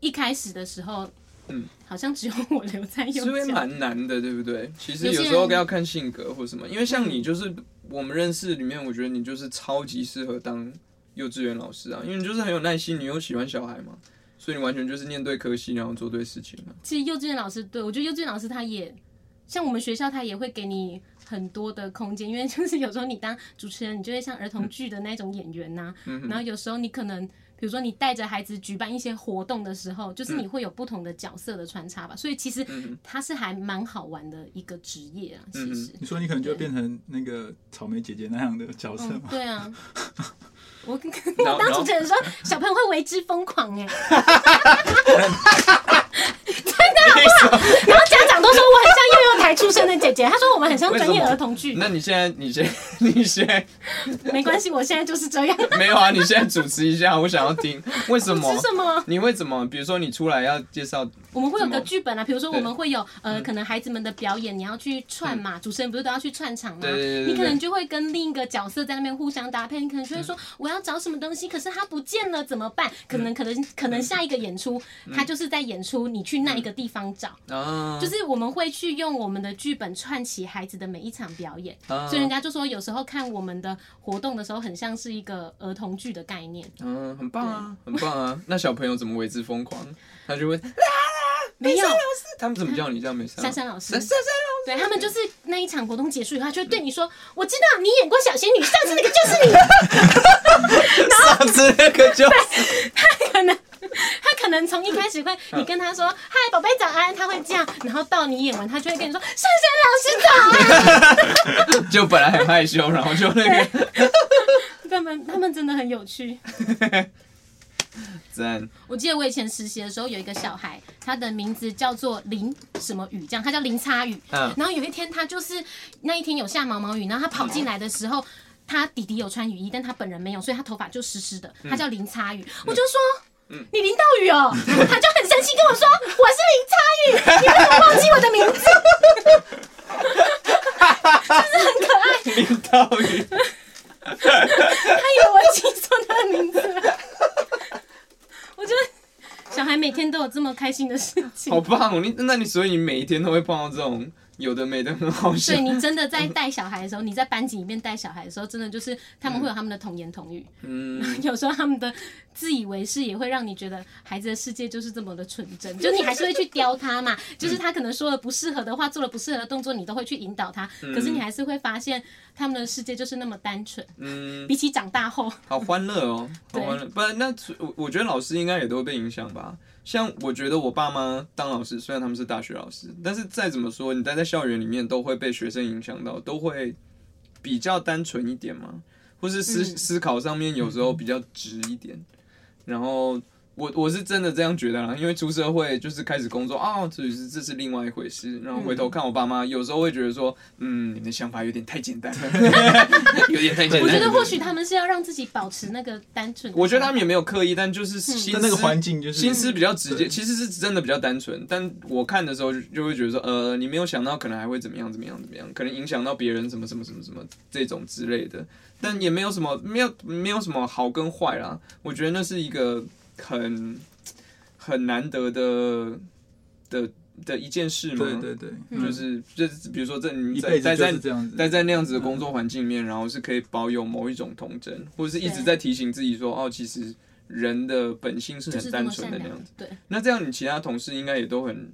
B: 一开始的时候，
A: 嗯
B: 好像只有我留在右
A: 是会
B: 脚。
A: 蛮难的，对不对？其实
B: 有些
A: 有时候
B: 人嗯
A: 要看性格或什么，因为像你就是我们认识里面，我觉得你就是超级适合当幼稚园老师啊，因为你就是很有耐心，你又喜欢小孩嘛，所以你完全就是念对科系，然后做对事情啊。
B: 其实幼稚园老师，对我觉得幼稚园老师他也像我们学校，他也会给你很多的空间，因为就是有时候你当主持人，你就会像儿童剧的那种演员呐、
A: 嗯
B: 然
A: 哼，
B: 后有时候你可能，比如说你带着孩子举办一些活动的时候，就是你会有不同的角色的穿插吧。所以其实
A: 嗯哼
B: 它是还蛮好玩的一个职业啊，
A: 嗯
B: 其实。
C: 你说你可能就会变成那个草莓姐姐那样的角色
B: 嗯
C: 吗？，
B: 对啊。我跟
A: 然后
B: 我当主持人说，小朋友会为之疯狂 哎、然后家长都说我很像幼幼台出生的姐姐，他说我们很像专业儿童剧，
A: 那你现在，你现在， 你现在
B: 没关系，我现在就是这样。
A: 没有啊？你现在主持一下，我想要听为什么
B: 是？什么？
A: 你会怎么？比如说你出来要介绍，
B: 我们会有
A: 什
B: 个
A: 么
B: 剧本啊，比如说
A: 对嗯
B: 我们会有呃，可能孩子们的表演，你要去串嘛，主持人不是都要去串场吗？
A: 对对对对
B: 你可能就会跟另一个角色在那边互相搭配，你可能就
A: 嗯
B: 会说我要找什么东西，可是他不见了怎么办？可能可能可能下一个演出
A: 嗯
B: 他就是在演出，你去那一个地方找，
A: 啊，
B: 就是我们会去用我们的剧本串起孩子的每一场表演。
A: 啊
B: 所以人家就说，有时候看我们的活动的时候，很像是一个儿童剧的概念。
A: 嗯，很棒啊，很棒 啊。那小朋友怎么为之疯狂？他就会，
B: 没有，
A: 他们怎么叫你这样没事？啊
B: 珊珊老师
A: 珊珊老
B: 对他们就是那一场活动结束以后，他就会对你说：“我知道你演过小仙女，上次那个就是你。
A: 师，上次那个就
B: 可能” 他可能从一开始会，你跟他说“嗨，宝贝早安”，他会这样，然后到你演完，他就会跟你说“珊珊老师早安
A: 就本来很害羞，然后就那 个”。
B: 他们他们真的很有趣。
A: 赞，
B: 我记得我以前实习的时候，有一个小孩，他的名字叫做林什么雨，这样他叫林差雨。
A: 嗯
B: 然后有一天他就是那一天有下毛毛雨，然后他跑进来的时候，他弟弟有穿雨衣，但他本人没有，所以他头发就湿湿的。他叫林差雨，我就说。你淋到雨哦，他就很生气跟我说：“我是林差雨，你为什么忘记我的名
A: 林
B: 字
A: 道宇，？”
B: 他以为我记错他的名字 了。我觉得小孩每天都有这么开心的事情
A: 好。棒哦！你那你所以你每一天都会碰到这种有的没的，很好笑
B: 所以。你真的在带小孩的时候，你在班级里面带小孩的时候，真的就是他们会有他们的童言童语，
A: 嗯，
B: 有时候他们的自以为是也会让你觉得孩子的世界就是这么的纯真，就你还是会去雕 他嘛，就是他可能说了不适合的话，做了不适合的动作，你都会去引导他，可是你还是会发现他们的世界就是那么单纯，
A: 嗯，
B: 比起长大后，
A: 好欢乐哦，好
B: 对
A: 欢乐。不然那我我觉得老师应该也都会被影响吧。像我觉得我爸妈当老师，虽然他们是大学老师，但是再怎么说，你待在校园里面都会被学生影响到，都会比较单纯一点嘛，或是思、
B: 嗯
A: 思考上面有时候比较直一点。然后我我是真的这样觉得啦，因为出社会就是开始工作啊，这是这是另外一回事。然后回头
B: 嗯
A: 看我爸妈，有时候会觉得说，嗯，你的想法有点太简单了， 有点太简单了。
B: 我觉得或许他们是要让自己保持那个单纯。
A: 我觉得他们也没有刻意，但就是嗯心思、
C: 但那个环境就是
A: 心思比较直接，
C: 对
A: 其实是真的比较单纯。但我看的时候就就会觉得说，呃，你没有想到可能还会怎么样怎么样怎么样，可能影响到别人什么什么什么什么这种之类的。但也没有什么没有没有什么好跟坏啦，我觉得那是一个很很难得的的的一件事嘛。
C: 对对对，
A: 就是就是比如说这你
C: 一
A: 在
C: 辈
A: 在
C: 子就
A: 在
C: 是这样子。
A: 待在那样子的工作环境里面，然后是可以保有某一种童真，或者是一直在提醒自己说，哦，其实人的本性是
B: 就
A: 很
B: 是这
A: 单
B: 么
A: 纯
B: 善
A: 的那
B: 良
A: 样子。，
B: 对。
A: 那这样你其他同事应该也都很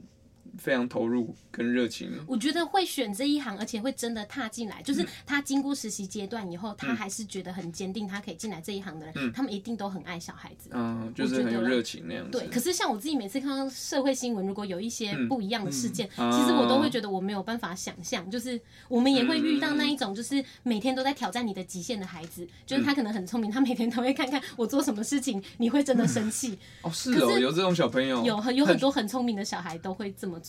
A: 非常投入跟热情。
B: 我觉得会选这一行，而且会真的踏进来，
A: 嗯
B: 就是他经过实习阶段以后，他还是觉得很坚定，他可以进来这一行的人，他们一定都很爱小孩子。
A: 嗯，就是很有热情那样子。
B: 对，可是像我自己每次看到社会新闻，如果有一些不一样的事件，
A: 嗯
B: 其实我都
A: 啊
B: 会觉得我没有办法想象，就是我们也会遇到那
A: 嗯
B: 一种，就是每天都在挑战你的极限的孩子，就是
A: 嗯
B: 他可能很聪明，他每天都会看看我做什么事情，你会真的生气。
A: 哦，是哦，
B: 可是
A: 有这种小朋友，
B: 有很有很多很聪明的小孩都会这么做。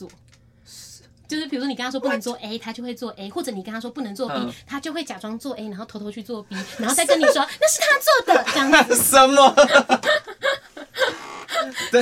B: 就是比如说你跟他说不能做 A，他就会做 A，或者你跟他说不能做 B，、
A: 嗯
B: 他就会假装做 A，然后偷偷去做 B，然后 再跟你说那是他做的这样子。
A: 什么？ 对，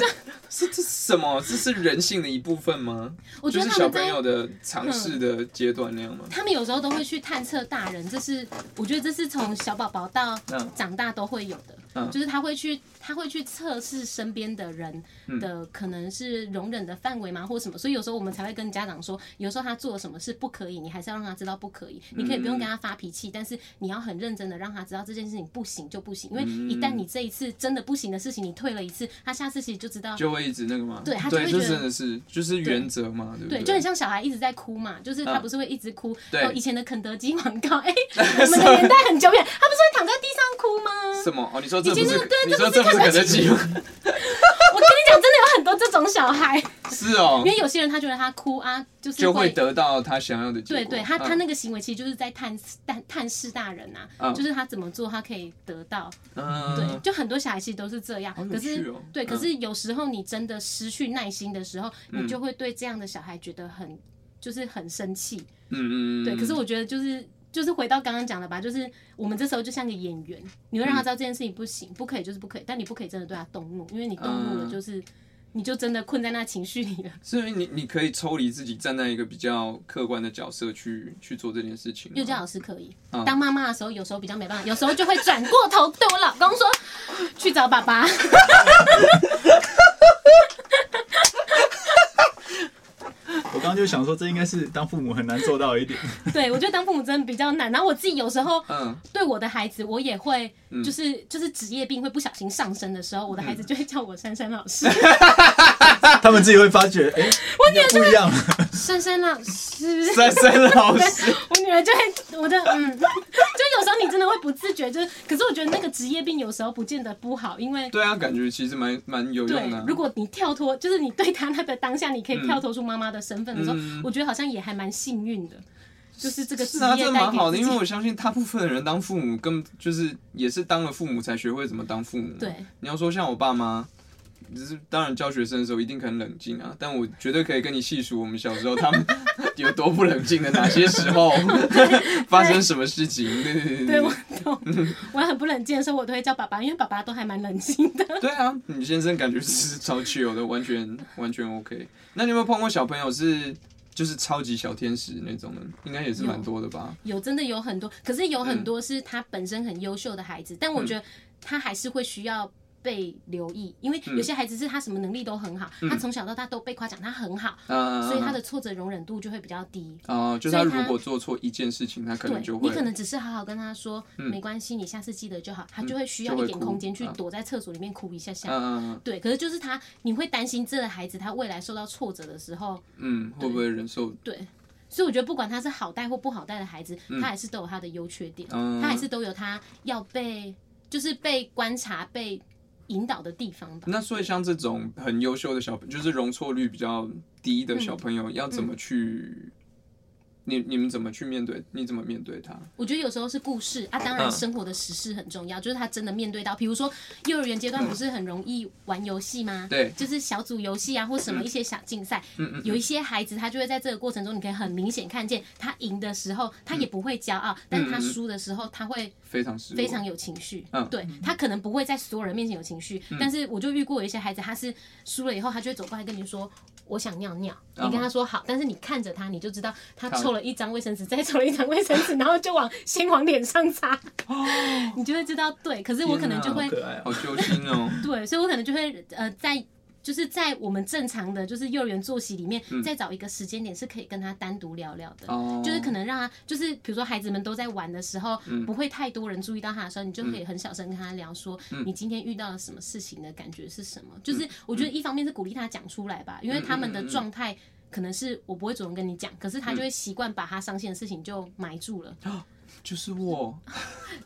A: 是这是什么？这是人性的一部分吗？
B: 我觉
A: 就是
B: 得他
A: 小
B: 们
A: 朋
B: 在嗯
A: 友的尝试的阶段那样吗？
B: 他们有时候都会去探测大人，这是我觉得这是从小宝宝到
A: 嗯
B: 长大都会有的。
A: 嗯
B: 就是他会去他会去测试身边的人
A: 嗯
B: 的可能是容忍的范围嘛，或什么，所以有时候我们才会跟家长说，有时候他做了什么事不可以，你还是要让他知道不可以，你可以不用跟他发脾
A: 嗯
B: 气，但是你要很认真的让他知道这件事情不行就不行，因为
A: 嗯
B: 一旦你这一次真的不行的事情你退了一次，他下次其实就知道
A: 就会一直那个嘛。
B: 嗯对他就
A: 对，
B: 会
A: 这
B: 觉得
A: 真的是就是原则嘛，对
B: 对，
A: 不
B: 就很
A: 对？
B: 像小孩一直在哭嘛，就是他
A: 嗯
B: 不是会一直哭。
A: 对
B: 哦，以前的肯德基广告，哎、我们的年代很久远，他不是会躺在地上哭吗？
A: 什么？哦，你说这不
B: 以前
A: 是
B: 那个对
A: 你说这
B: 这不
A: 不是
B: 是肯
A: 肯
B: 德
A: 德
B: 基
A: 基吗？
B: 我跟你讲，真的有很多这种小孩，
A: 是 哦
B: 因，为有些人他觉得他哭啊，就是
A: 就会得到他想要的结果。
B: 对对，他他
A: 嗯
B: 那个行为其实就是在探探探视大人呐、啊，
A: 嗯
B: 就是他怎么做他可以得到，对，
A: 嗯，
B: 就很多小孩其实都是这样。
A: 好有
B: 可是
A: 趣哦
B: 对，
A: 嗯
B: 可是有时候你真的失去耐心的时候，你
A: 嗯
B: 就会对这样的小孩觉得很就是很生气，
A: 嗯嗯嗯，
B: 对，可是我觉得就是就是回到刚刚讲的吧，就是我们这时候就像个演员，你会让他知道这件事情不行，不可以就是不可以，但你不可以真的对他动怒，因为你动怒了
A: 嗯
B: 就是、你就真的困在那情绪里了。
A: 所以你你可以抽离自己，站在一个比较客观的角色去去做这件事情吗。啊
B: 幼教老师可以，
A: 嗯
B: 当妈妈的时候有时候比较没办法，有时候就会转过头对我老公说去找爸 爸。
C: 我刚刚就想说，这应该是当父母很难做到的一点。
B: 对我觉得当父母真的比较难，然后我自己有时候。
A: 嗯，
B: 对我的孩子，我也会，就是、就是职业病会不小心上升的时候，我的孩
A: 嗯
B: 子就会叫我珊珊老 师。
C: 他们自己会发觉，哎、我女儿不一样 了。
B: 珊珊老师，
A: 珊珊老
B: 对
A: 师，
B: 我女儿就会，我的嗯， 就有时候你真的会不自觉，就是，可是我觉得那个职业病有时候不见得不好，因为。
A: 对啊，感觉其实蛮蛮有
B: 对
A: 用的啊，。
B: 如果你跳脱，就是你对他那个当下，你可以跳脱出妈妈的身份的时候，
A: 嗯
B: 我觉得好像也还蛮幸运的，就是这个职
A: 是啊，
B: 业
A: 这
B: 带
A: 蛮
B: 给
A: 好的，
B: 自
A: 因为
B: 己
A: 我相信大部分的人当父母，根本就是也是当了父母才学会怎么当父母。
B: 对，
A: 你要说像我爸妈，只是当然教学生的时候一定很冷静啊，但我绝对可以跟你细数我们小时候他们 有多不冷静的哪些时 候发生什么事情。对对对
B: 对我懂，
A: 嗯
B: 我很不冷静的时候，我都会叫爸爸，因为爸爸都还蛮冷静的。
A: 对啊，你先生感觉是超 chill 的，完全完全 OK。那你有没有碰过小朋友是就是超级小天使那种的？应该也是蛮多的吧？
B: 有真的有很多，可是有很
A: 嗯
B: 多是他本身很优秀的孩子，但我觉得他还是会需要。被留意，因为
A: 嗯
B: 有些孩子是他什么能力都很好，他从小到大都被夸奖他很好，
A: 啊，
B: 所以他的挫折容忍度就会比较低。
A: 哦、就是他
B: 所以他
A: 如果做错一件事情，他可
B: 对
A: 能就，
B: 你
A: 会嗯
B: 可能只是好好跟他说，没关系，你下次记得就好，他就会需要
A: 就
B: 一
A: 会
B: 点
A: 哭
B: 空间去
A: 啊
B: 躲在厕所里面哭一下下。
A: 嗯
B: 对，可是就是他，你会担心这个孩子他未来受到挫折的时候，
A: 嗯，会不会忍受？
B: 对，所以我觉得不管他是好带或不好带的孩子，他还是都有他的优缺点，
A: 嗯
B: 他还是都有他要被就是被观察、被引导的地方吧。
A: 那所以像这种很优秀的小，就是容错率比较低
B: 嗯
A: 的小朋友，要怎么去？你你们怎么去面对？你怎么面对他？
B: 我觉得有时候是故事啊，当然
A: 嗯
B: 生活的实事很重要，就是他真的面对到，比如说幼儿园阶段不是很容易玩游戏吗？
A: 对嗯
B: 就是小组游戏啊，或什么一些小竞赛，有一些孩子他就会在这个过程中，你可以很明显看见他赢的时候他也不会骄傲，但
A: 嗯
B: 是他输的时候他会
A: 非常失落，
B: 非常有情绪，
A: 嗯
B: 对他可能不会在所有人面前有情绪，但是我就遇过有一些孩子，他是输了以后，他就会走过来跟你说。我想尿尿，你跟他说好，但是你看着他，你就知道他
A: 他
B: 抽了一张卫生纸，再抽了一张卫生纸，然后就往先往脸上擦，你就会知道对。可是我可能就会
C: 可爱啊
A: 好！揪心 哦。
B: 对，所以我可能就会呃，在就是在我们正常的就是幼儿园作息里面，再找一个时间点是可以跟他单独聊聊的。
A: 哦
B: 就是可能让他，就是比如说孩子们都在玩的时候，不会太多人注意到他的时候，你就可以很小声跟他聊说，你今天遇到了什么事情的感觉是什么。就是我觉得一方面是鼓励他讲出来吧，因为他们的状态可能是我不会主动跟你讲，可是他就会习惯把他伤心的事情就埋住了。
A: 就是 我，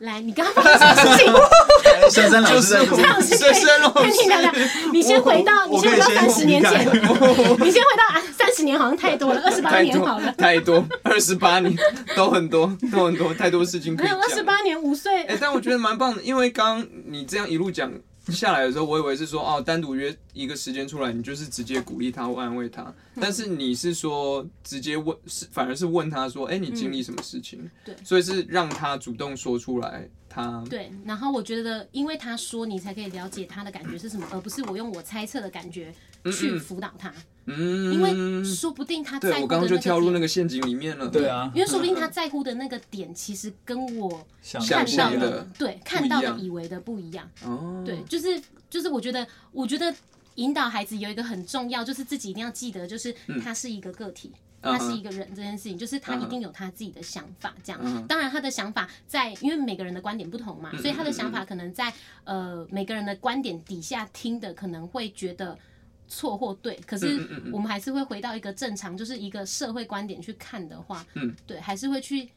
B: 来，你刚刚发生什么事情？
C: 珊珊老
A: 就
C: 师
A: 是
C: 在哭
A: 我，
B: 老师可
A: 深
B: 以
A: 深老
B: 跟你聊聊
A: 师，。
B: 你先回到，你
C: 我
B: 先回到
C: 我可以先
B: 三十年前，
C: 我
B: 你先回到啊，三十年好像太多了，二十八
A: 太
B: 年
A: 多
B: 好了。
A: 太多，二十八年都很多，都很多，太多事情可以
B: 没有
A: 讲。
B: 二十八年五岁
A: 哎、，但我觉得蛮棒的，因为刚你这样一路讲下来的时候，我以为是说哦，单独约一个时间出来，你就是直接鼓励他或安慰他，
B: 嗯
A: 但是你是说直接问，是反而是问他说，哎、你经历什么事情？
B: 嗯对
A: 所以是让他主动说出来，他
B: 对，然后我觉得，因为他说你才可以了解他的感觉是什么，而不是我用我猜测的感觉去辅导他，
A: 嗯，
B: 因为说不定他在
A: 对
B: 乎
A: 我
B: 的
A: 刚刚就跳入那
B: 个
A: 个嗯陷阱里面了。
C: 对啊
B: 点，因为说不定他在乎的那个点其实跟我
C: 想
A: 象
B: 看
A: 不一
B: 到
A: 样
B: 的对看到
A: 不一
B: 的
A: 样
B: 以为的不一样，
A: 哦，
B: 对，就是就是我觉得我觉得。引导孩子有一个很重要，就是自己一定要记得，就是他是一个个体，
A: 嗯哼
B: 他是一个人这件事情，就是他一定有他自己的想法，这样。
A: 嗯
B: 当然，他的想法在，因为每个人的观点不同嘛，所以他
A: 嗯
B: 的想法可能在呃每个人的观点底下听的可能会觉得错或对，可
A: 嗯嗯
B: 是我们还是会回到一个正常，就是一个社会观点去看的话，
A: 嗯，
B: 对，还是会去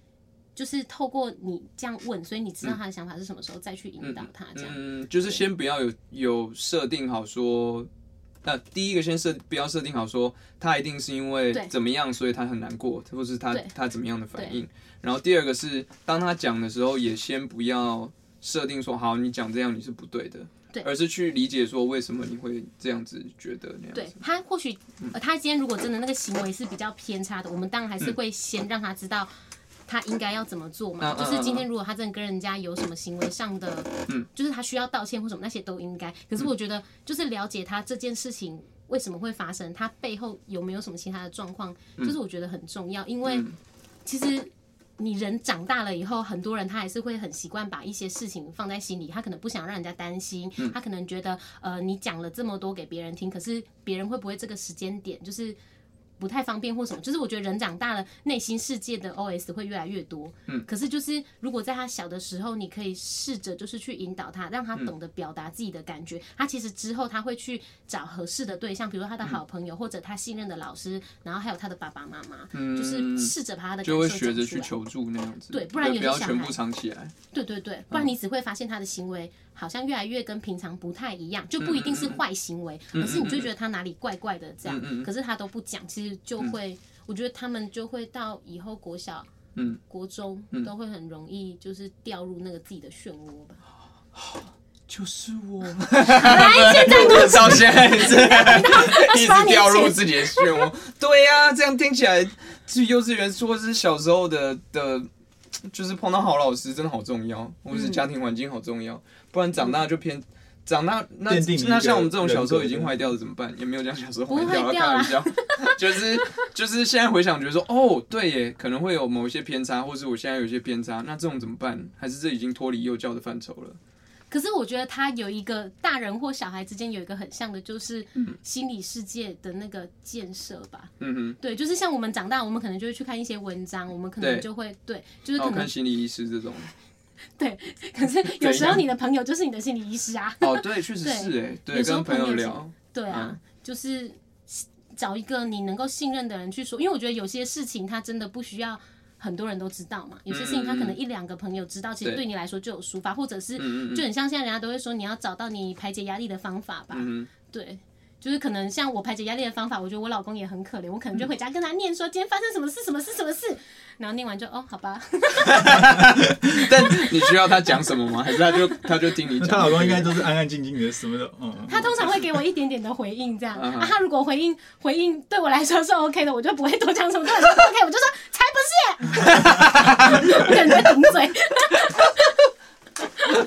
B: 就是透过你这样问，所以你知道他的想法是什么时候，再去引导他这样。
A: 嗯，就是先不要有有设定好说，那第一个先设不要设定好说他一定是因为
B: 对
A: 怎么样，所以他很难过，或是他
B: 对
A: 他怎么样的反应。然后第二个是，当他讲的时候，也先不要设定说好你讲这样你是不对的，
B: 对
A: 而是去理解说为什么你会这样子觉得那样
B: 对
A: 子。
B: 他或许，呃，他今天如果真的那个行为是比较偏差的，我们当然还是
A: 嗯
B: 会先让他知道他应该要怎么做嘛。
A: 嗯嗯
B: 就是今天如果他真的跟人家有什么行为上的，
A: 嗯，
B: 就是他需要道歉或什么那些都应该。可是我觉得，就是了解他这件事情为什么会发生，他背后有没有什么其他的状况，
A: 嗯
B: 就是我觉得很重要，因为其实。你人长大了以后，很多人他还是会很习惯把一些事情放在心里，他可能不想让人家担心，他可能觉得呃你讲了这么多给别人听，可是别人会不会这个时间点就是不太方便或什么？就是我觉得人长大了，内心世界的 OS 会越来越多。嗯，可是就是如果在他小的时候，你可以试着就是去引导他，让他懂得表达自己的感觉。他其实之后他会去找合适的对象，比如说他的好朋友、或者他信任的老师，然后还有他的爸爸妈妈，就是试着把他的感
A: 就会
B: 受
A: 学着
B: 讲出
A: 去
B: 来。
A: 求助那样子，
B: 对不然有些
A: 不要
B: 小
A: 全
B: 孩
A: 部藏起来。
B: 对对对，
A: 嗯
B: 不然你只会发现他的行为好像越来越跟平常不太一样，就
A: 嗯
B: 不一定是坏行为，可是你就觉得他哪里怪怪的这
A: 嗯
B: 样，可是他都不讲，其实就会，我觉得他们就会到以后国小、
A: 嗯、
B: 国中都会很容易就是掉入那个自己的漩涡吧。
A: 就是我，
B: 来，现在
A: 我到现 在是一
B: 28
A: 直掉入
B: 年前
A: 自己的漩涡。对呀、这样听起来，去幼稚园或是小时候的的，就是碰到好老师真的好重要，或是家庭环境好重要，不然长大就偏。长大那
C: 奠定你一个
A: 那像我们这种小时候已经
C: 人格
A: 坏掉的怎么办？也没有讲小时候坏
B: 不
A: 掉，开
B: 会掉啊啦
A: 玩笑， 就是就是现在回想，觉得说哦，对耶，可能会有某一些偏差，或是我现在有一些偏差，那这种怎么办？还是这已经脱离幼教的范畴了？
B: 可是我觉得他有一个大人或小孩之间有一个很像的，就是心理世界的那个建设吧。
A: 嗯哼，
B: 对，就是像我们长大，我们可能就会去看一些文章，我们可
A: 对
B: 能就会对，就
A: 那
B: 是可
A: 我哦
B: 能
A: 看心理医师这 种。
B: 对，可是 有时候你的朋友就是你的心理医师啊。
A: 哦，对，确实
B: 对
A: 是哎，对，
B: 有时
A: 跟
B: 候
A: 朋
B: 朋
A: 友
B: 友
A: 聊，
B: 对啊，
A: 嗯
B: 就是找一个你能够信任的人去说，因为我觉得有些事情他真的不需要。很多人都知道嘛，有些事情他可能一两个朋友知道，其
A: 嗯
B: 实
A: 对
B: 对你来说就有抒发，或者是
A: 嗯嗯嗯
B: 就很像现在人家都会说你要找到你排解压力的方法吧，
A: 嗯
B: 对，就是可能像我排解压力的方法，我觉得我老公也很可怜，我可能
A: 嗯
B: 就回家跟他念说今天发生什么事，什么事，什么事，然后念完就哦好吧，
A: 哼，但你需要他讲什么吗？还是他就他就听你
C: 那
A: 讲？
C: 她老公应该都是安安静静的，什么的， 嗯，
B: 他通常会给我一点点的回应，这样。
A: 嗯哼
B: 啊，他如果回应回应对我来说是 OK 的，我就不会多讲什么，对我来说是 OK，我就说才 不是，我感觉顶嘴。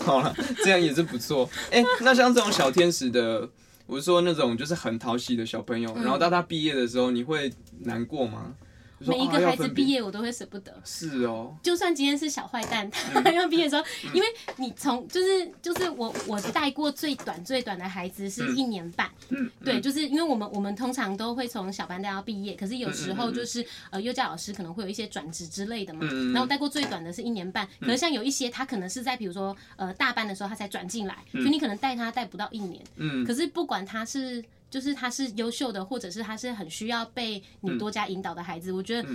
A: 好了， 这样也是不错。哎，那像这种小天使的，我是说那种就是很讨喜的小朋
B: 嗯
A: 友，然后到他毕业的时候，你会难过吗？就说
B: 每一
A: 啊
B: 个
A: 要
B: 孩子
A: 分
B: 毕业我都会舍不得，
A: 是哦，
B: 就算今天是小坏蛋，
A: 嗯
B: 他要毕业的时候，因为你从就是就是我我带过最短最短的孩子是一年半，
A: 嗯，
B: 对，
A: 嗯，
B: 就是因为我们我们通常都会从小班带到毕业，可是
A: 嗯
B: 有时候就是呃幼教老师可能会有一些转职之类的嘛
A: 嗯嗯嗯。嗯
B: 然后我带过最短的是一年半，可是像有一些他可能是在比如说呃大班的时候他才转进来，所以你可能带他带不到一年。
A: 嗯
B: 可是不管他是就是他是优秀的，或者是他是很需要被你多加引导的孩子，我觉得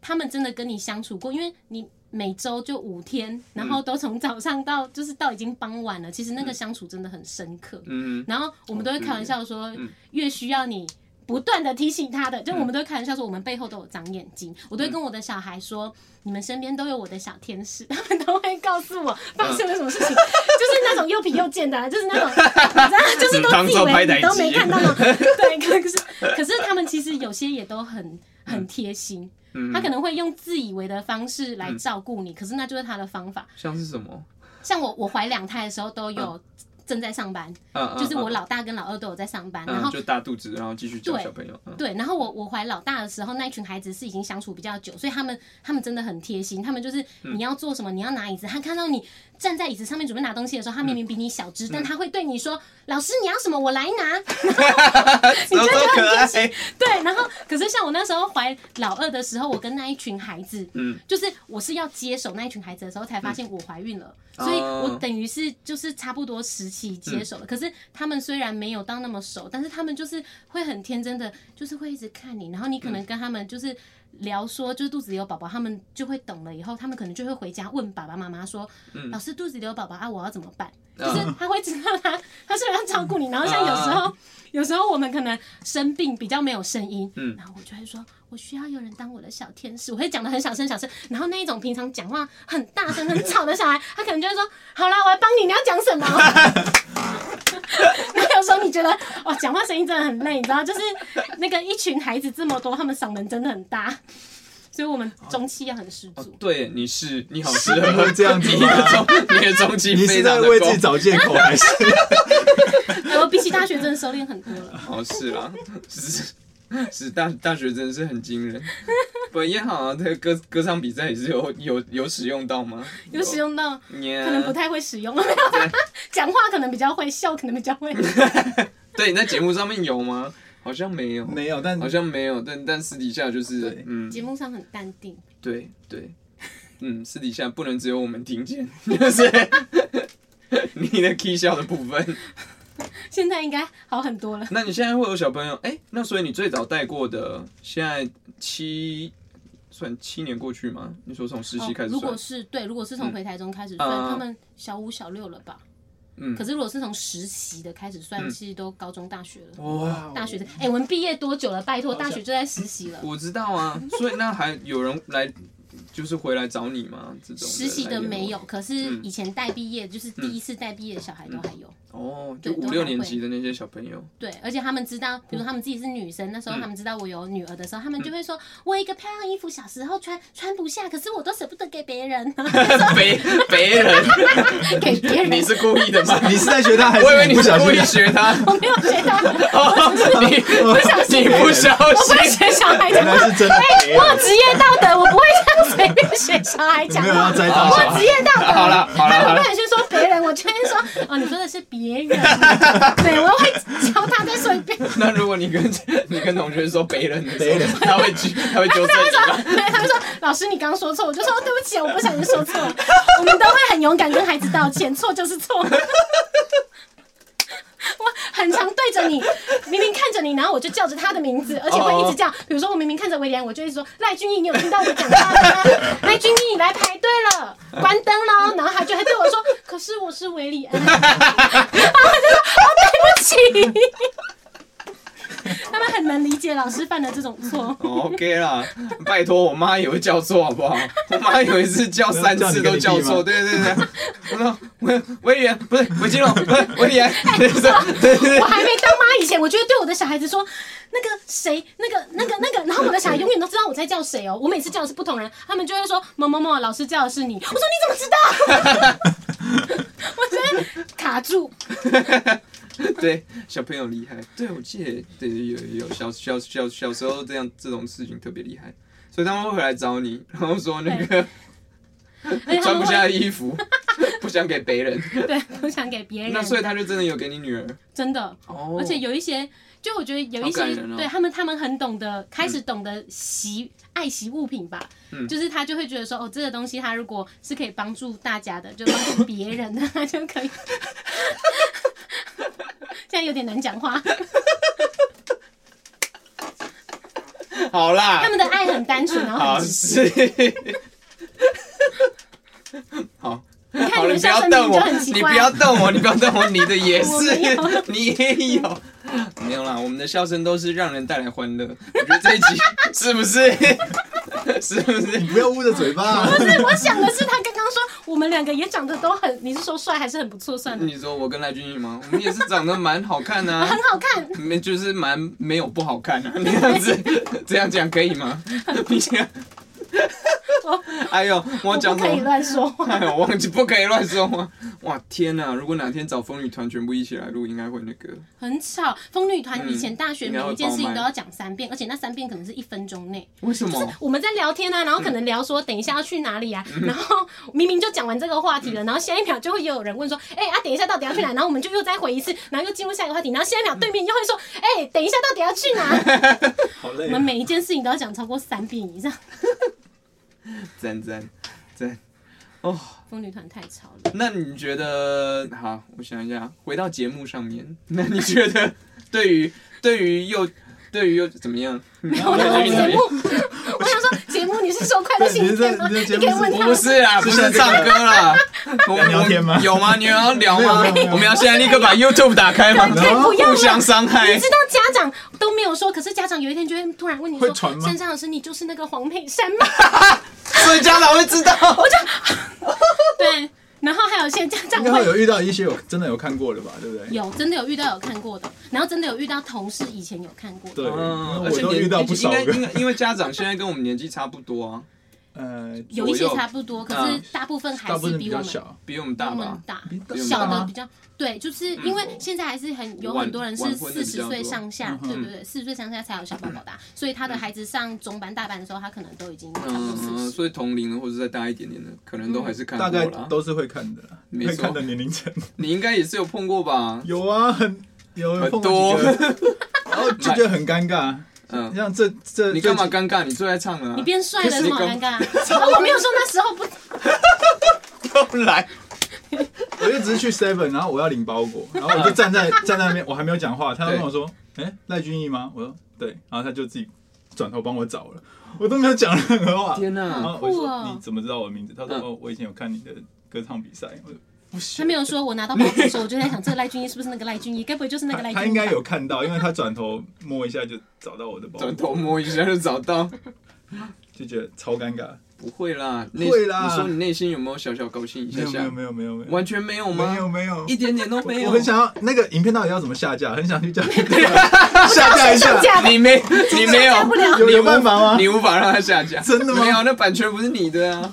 B: 他们真的跟你相处过，因为你。每周就五天，然后都从早上到就是到已经傍晚了，其实那个相处真的很深刻。
A: 嗯，
B: 然后我们都会
A: 哦对
B: 开玩笑说，越需要你不断的提醒他的，就我们都会开玩笑说，我们背后都有长眼
A: 嗯
B: 睛。我都会跟我的小孩说，你们身边都有我的小天使， 他们都会告诉
A: 嗯
B: 我发生了什么事情，就是那种又皮又贱的啊，就是 那种，你知道，就是都自以为你都没看到那种。对，可是可是他们其实有些也都很很贴心。
A: 嗯
B: 他可能会用自以为的方式来照顾你，可是那就是他的方法。
A: 像是什么？
B: 像我我怀两胎的时候都有正在上班，
A: 嗯，
B: 就是我
A: 老，
B: 老大跟老二都有在上班，
A: 嗯
B: 然后
A: 就大肚子，然后继续教
B: 对
A: 小朋友，嗯
B: 对，然后我我怀老大的时候，那一群孩子是已经相处比较久，所以他们他们真的很贴心，他们就是
A: 嗯
B: 你要做什么，你要拿椅子，他看到你站在椅子上面准备拿东西的时候，
A: 嗯
B: 他明明比你小只，但他会对你说：“老师，你要什么，我来拿。”
A: 超
B: 你就
A: 超
B: 觉
A: 可
B: 得很
A: 爱，
B: 对，然后可是像我那时候怀老二的时候，我跟那一群孩子，
A: 嗯，
B: 就是我是要接手那一群孩子的时候，才发现我怀孕了，所以我等于是就是差不多时期接手了。可是他们虽然没有到那么熟，但是他们就是会很天真的，就是会一直看你，然后你可能跟他们就是。聊说就是肚子里有宝宝，他们就会懂了。以后他们可能就会回家问爸爸妈妈说：“老师肚子里有宝宝啊，我要怎么办？”就是他会知道他他是要照顾你，然后像有
A: 啊
B: 时候有时候我们可能生病比较没有声音，
A: 嗯
B: 然后我就会说，我需要有人当我的小天使，我会讲的很小声小声，然后那一种平常讲话很大声很吵的小孩，他可能就会说，好啦，我来帮你，你要讲什么？ 然后有时候你觉得哦，讲话声音真的很累，你知道，就是那个一群孩子这么多，他们嗓门真的很大，所以我们中气要很十
A: 哦
B: 足。，
A: 对，你是你好适
C: 不
A: 合
C: 会这样子
A: 你的
C: 吗？
A: 中你的中期
C: 你是
A: 非常
C: 在
A: 的
C: 为自
A: 够
C: 己，找借口还是？
B: 哎我比起大学真的收敛很多了。
A: 哦是啦， 是是大大学真的是很惊人， 不也好啊，这个歌歌唱比赛也是有有有使用到吗？
B: 有使用到，
A: Yeah，
B: 可能不太会使用，
A: 呃
B: 讲话可能比较会，笑可能比较会。
A: 对，你在节目上面有吗？好像 没有，
C: 没有，但
A: 好像没有，但但私底下就是
C: 对，
A: 嗯，
B: 节目上很淡定，
A: 对对，嗯，私底下不能只有我们听见， 就是你的 key 笑的部分。
B: 现在应该好很多了。
A: 那你现在会有小朋友？哎、那所以你最早带过的，现在七算七年过去吗？你说从实习开始
B: 哦如
A: 算？
B: 果是对，如果是从回台中开始算，
A: 嗯
B: 他们小五小六了吧？
A: 嗯
B: 可是如果是从实习的开始算，
A: 嗯
B: 其实都高中大学了。
A: 哇，哦
B: 大学的，哎、我们毕业多久了？拜托，
C: 好像
B: 大学就在实习了。
A: 我知道 啊，所以那还有人来，就是回来找你吗？这种
B: 实习
A: 来
B: 的
A: 联络
B: 没有，可是
A: 嗯
B: 以前带毕业，就是第一次带毕业的小孩都还有。
A: 哦，就
B: 对都
A: 五
B: 还
A: 六年
B: 会
A: 级的那些小朋 友，
B: 对，而且他们知
A: 嗯
B: 道，比如说他们自己是女生，那时候他们知道我有女儿的时候，他们就会说：“我一个漂亮衣服小时候穿穿不下，可是我都舍不得给别 人，
A: 别别人，
B: 给别人
A: 你。是故意的吗？
C: 你是在学他还 是
A: 我以为你
C: 不
A: 是
C: 小
A: 故意
C: 心？
A: 学 他，
B: 我没有学到，我
A: 哦你不小心，你不小
B: 不会
A: 心，
B: 学小孩
C: 原
B: 讲
C: 来
B: 话，
C: 是真的没有
B: 哎我，有职业道德，我不会这样随便学小孩讲
C: 没有要
B: 话。
C: 栽赃小
B: 我
C: 孩
B: 职。业道德，
A: 好了好了好
B: 我
A: 了
B: 不，能去说别人，我居然说哦，你说的是别人， 对我会教他再说一遍。
A: 那如果你跟你跟同学说别人的
C: 别
A: 时候，他会纠他会 纠正你吗？
B: 对，他们说老师你刚说错，我就说哦对不起，我不小心说错 了。我们都会很勇敢跟孩子道歉，错就是错。 我很常对着你，明明看着你，然后我就叫着他的名
A: 哦
B: 字，而且会一直叫。比如说我明明看着威廉，我就一直说赖君毅，你有听到我讲 话了吗？赖君毅，你来排队了，关灯喽。然后他就会对我说，可是我是维里 安。然后我就说哦，对不起。 他们很能理解老师犯的这种错。
A: 哦 OK 啦，拜托我妈也会叫错好不好？我妈有一次叫三次都叫错，对对对对。我说威威廉不是维金龙，不是威廉，对对对对
B: 我还没当妈以前，我就会对我的小孩子说，那个谁，那个那个那个，然后我的小孩永远都知道我在叫谁哦。我每次叫的是不同人，他们就会说某某某老师叫的是你。我说你怎么知道？ 我真的卡住。
A: 对对，小朋友厉害。对，我记得对有有小小小小时候这样这种事情特别厉害，所以他们会回来找你，然后说那个
B: 而且他
A: 穿
B: 们
A: 不
B: 会
A: 下衣服，不想给别人。
B: 对，不想给别人
A: 那。所以他就真的有给你女儿
B: 真的，
A: 哦，
B: 而且有一些，就我觉得有一
A: 好感
B: 些，
A: 人哦
B: 对他们，他们很懂得，开始懂得惜、爱惜物品吧。
A: 嗯
B: 就是他就会觉得说，哦，这个东西他如果是可以帮助大家的，就帮助别人的， 他就可以。现在有点难讲话，
A: 好啦，
B: 他们的爱很单纯，然 后
A: 好
B: 很直
A: 哦是，好，
B: 你看
A: 好了，
B: 你
A: 你
B: 们
A: 不
B: 笑
A: 要
B: 声
A: 瞪
B: 就
A: 我
B: 很，奇
A: 你
B: 怪啊
A: 不要瞪我，你不要瞪我，你的 也
B: 我
A: 是
B: 没有，
A: 你也有，没有啦，我们的笑声都是让人带来欢乐。我觉得这一 集是不是？ 是不是？
C: 不要捂着嘴巴。
B: 不是，我想的是他刚刚说我们两个也长得都很，你是说帅还是很不错算的，
A: 你说我跟赖俊逸吗？我们也是长得蛮好看的、啊
B: 很，好看，
A: 没就是蛮 没有不好看啊。那样子这样讲可以吗？你这样哎呦，我
E: 不
A: 讲什
E: 可以
A: 么？
E: 乱说话。
A: 哎呦，忘记不可以乱说话。哇，天哪！如果哪天找风女团全部一起来录，应该会那个。
B: 很吵。风女团以前大学
A: 嗯
B: 每一件事情都要讲三遍，而且那三遍可能是一分钟内。
A: 为什
B: 就是
A: 么？
B: 我们在聊天啊，然后可能聊说等一下要去哪里啊，然后明明就讲完这个话题了，然后下一秒就会又有人问说，哎、啊，等一下到底要去哪？然后我们就又再回一次，然后又进入下一个话题，然后下一秒对面又会说，哎、等一下到底要去哪？
C: 好
B: 我
C: 累啊
B: 们。每一件事情都要讲超过三遍以上。
A: 赞赞赞！哦，
B: 风女团太吵 了，
A: 那你觉得？好，我想一下，回到节目上面， 那你觉得对于对于又对于又怎么样？没
B: 我想说节目， 我想说节目你是说快乐星期天吗？
C: 对
B: 你
C: 你是在
B: 可以问他
A: 不
B: 们。
A: 是啊啦，不
C: 是
A: 是唱歌啦，我们
C: 聊天吗
A: 有吗？你们要聊吗
C: 没有没有没？有
A: 我们要现在立刻把 YouTube 打开吗？
B: 对不要了
A: 互相伤害
B: 你。知道家长都没有说，可是家长有一天就会突然问你说
C: 会传：“吗
B: 珊珊老师，你就是那个黄佩珊 吗？”
A: 所以家长会知道。
B: 对，然后还有一些家长
C: 应该会
B: 会
C: 有遇到一些有真的有看过的吧，对不对？
B: 有真的有遇到有看过的，然后真的有遇到同事以前有看过的，
C: 对，
A: 嗯，
C: 哦我
A: 而且
C: 都
A: 年
C: 遇到不少
A: 应该
C: 个
A: 应。该因为家长现在跟我们年纪差不多啊，
C: 呃，
B: 有一些
A: 左右
B: 差不多，可是大部分还
C: 大部
B: 是
C: 分
B: 比
C: 比
B: 我
C: 较
B: 们
C: 小，
A: 比我们
B: 比
A: 大
B: 我们
A: 吧？
B: 大
C: 比我，们大嗯
B: 小的
C: 吗
B: 比较对，就是因为现在还是很有很多人是
A: 晚婚的
B: 四
A: 比
B: 十
A: 较
B: 岁
A: 多
B: 上下，
C: 嗯
B: 对不对？四十岁上下才有小宝宝的啊，所以他的孩子上中班、大班的时候，他可能都已经差不多
A: 嗯，
B: 四十。
A: 所以同龄的或者再大一点点的，可能都还是看
C: 嗯大
A: 过
C: 概
A: 了。啊
C: 都是会看的啦，
A: 没
C: 会
A: 错
C: 看的年龄层
A: 你应该也是有碰过吧？
C: 有啊，很有
A: 很
C: 碰
A: 多
C: 过几个然后就觉得很尴尬。
A: 嗯，
C: 像哦这这
A: 你干嘛
C: 这
A: 尴尬？你最爱唱了、啊。
B: 你变帅了，
A: 可
B: 什
A: 是
B: 么好尴尬啊？啊我没有说那时候不，
A: 又来，
C: 我就只是去 Seven，然后我要领包裹，然后我就 站在站在那边，我还没有讲话，他就跟我说：“哎、赖君毅吗？”我说：“对。”然后他就自己转头帮我找了，我都没有讲任何话。
A: 天哪、
C: 然后我就
B: 酷
C: 说
B: 哦：“
C: 你怎么知道我的名字？”他说：“
A: 嗯
C: 哦，我以前有看你的歌唱比赛。”我说
B: 他没有说。我拿到包裹的时候，我就在想，这个赖俊逸是不是那个赖俊逸？该不会就是那个
C: 他
B: 赖俊逸吧？
C: 他应该有看到，因为他转头摸一下就找到我的包
A: 啊转
C: 裹，
A: 头摸一下就找到。
C: 就觉得超尴尬。
A: 不会啦，内
C: 会啦
A: 你说你内心有没有小小高兴一
C: 没
A: 下下
C: 有没有？没有没有没有
A: 完全没有吗？
C: 没有没有
A: 一点点都没有。
C: 我很想要那个影片到底要怎么下架，很想 去叫下架一下，
A: 你没，你没有，
C: 有
A: 你
C: 有
A: 无
C: 办法吗
A: 你无法让他下架，
C: 真的吗
A: 没有，那版权不是你的 啊。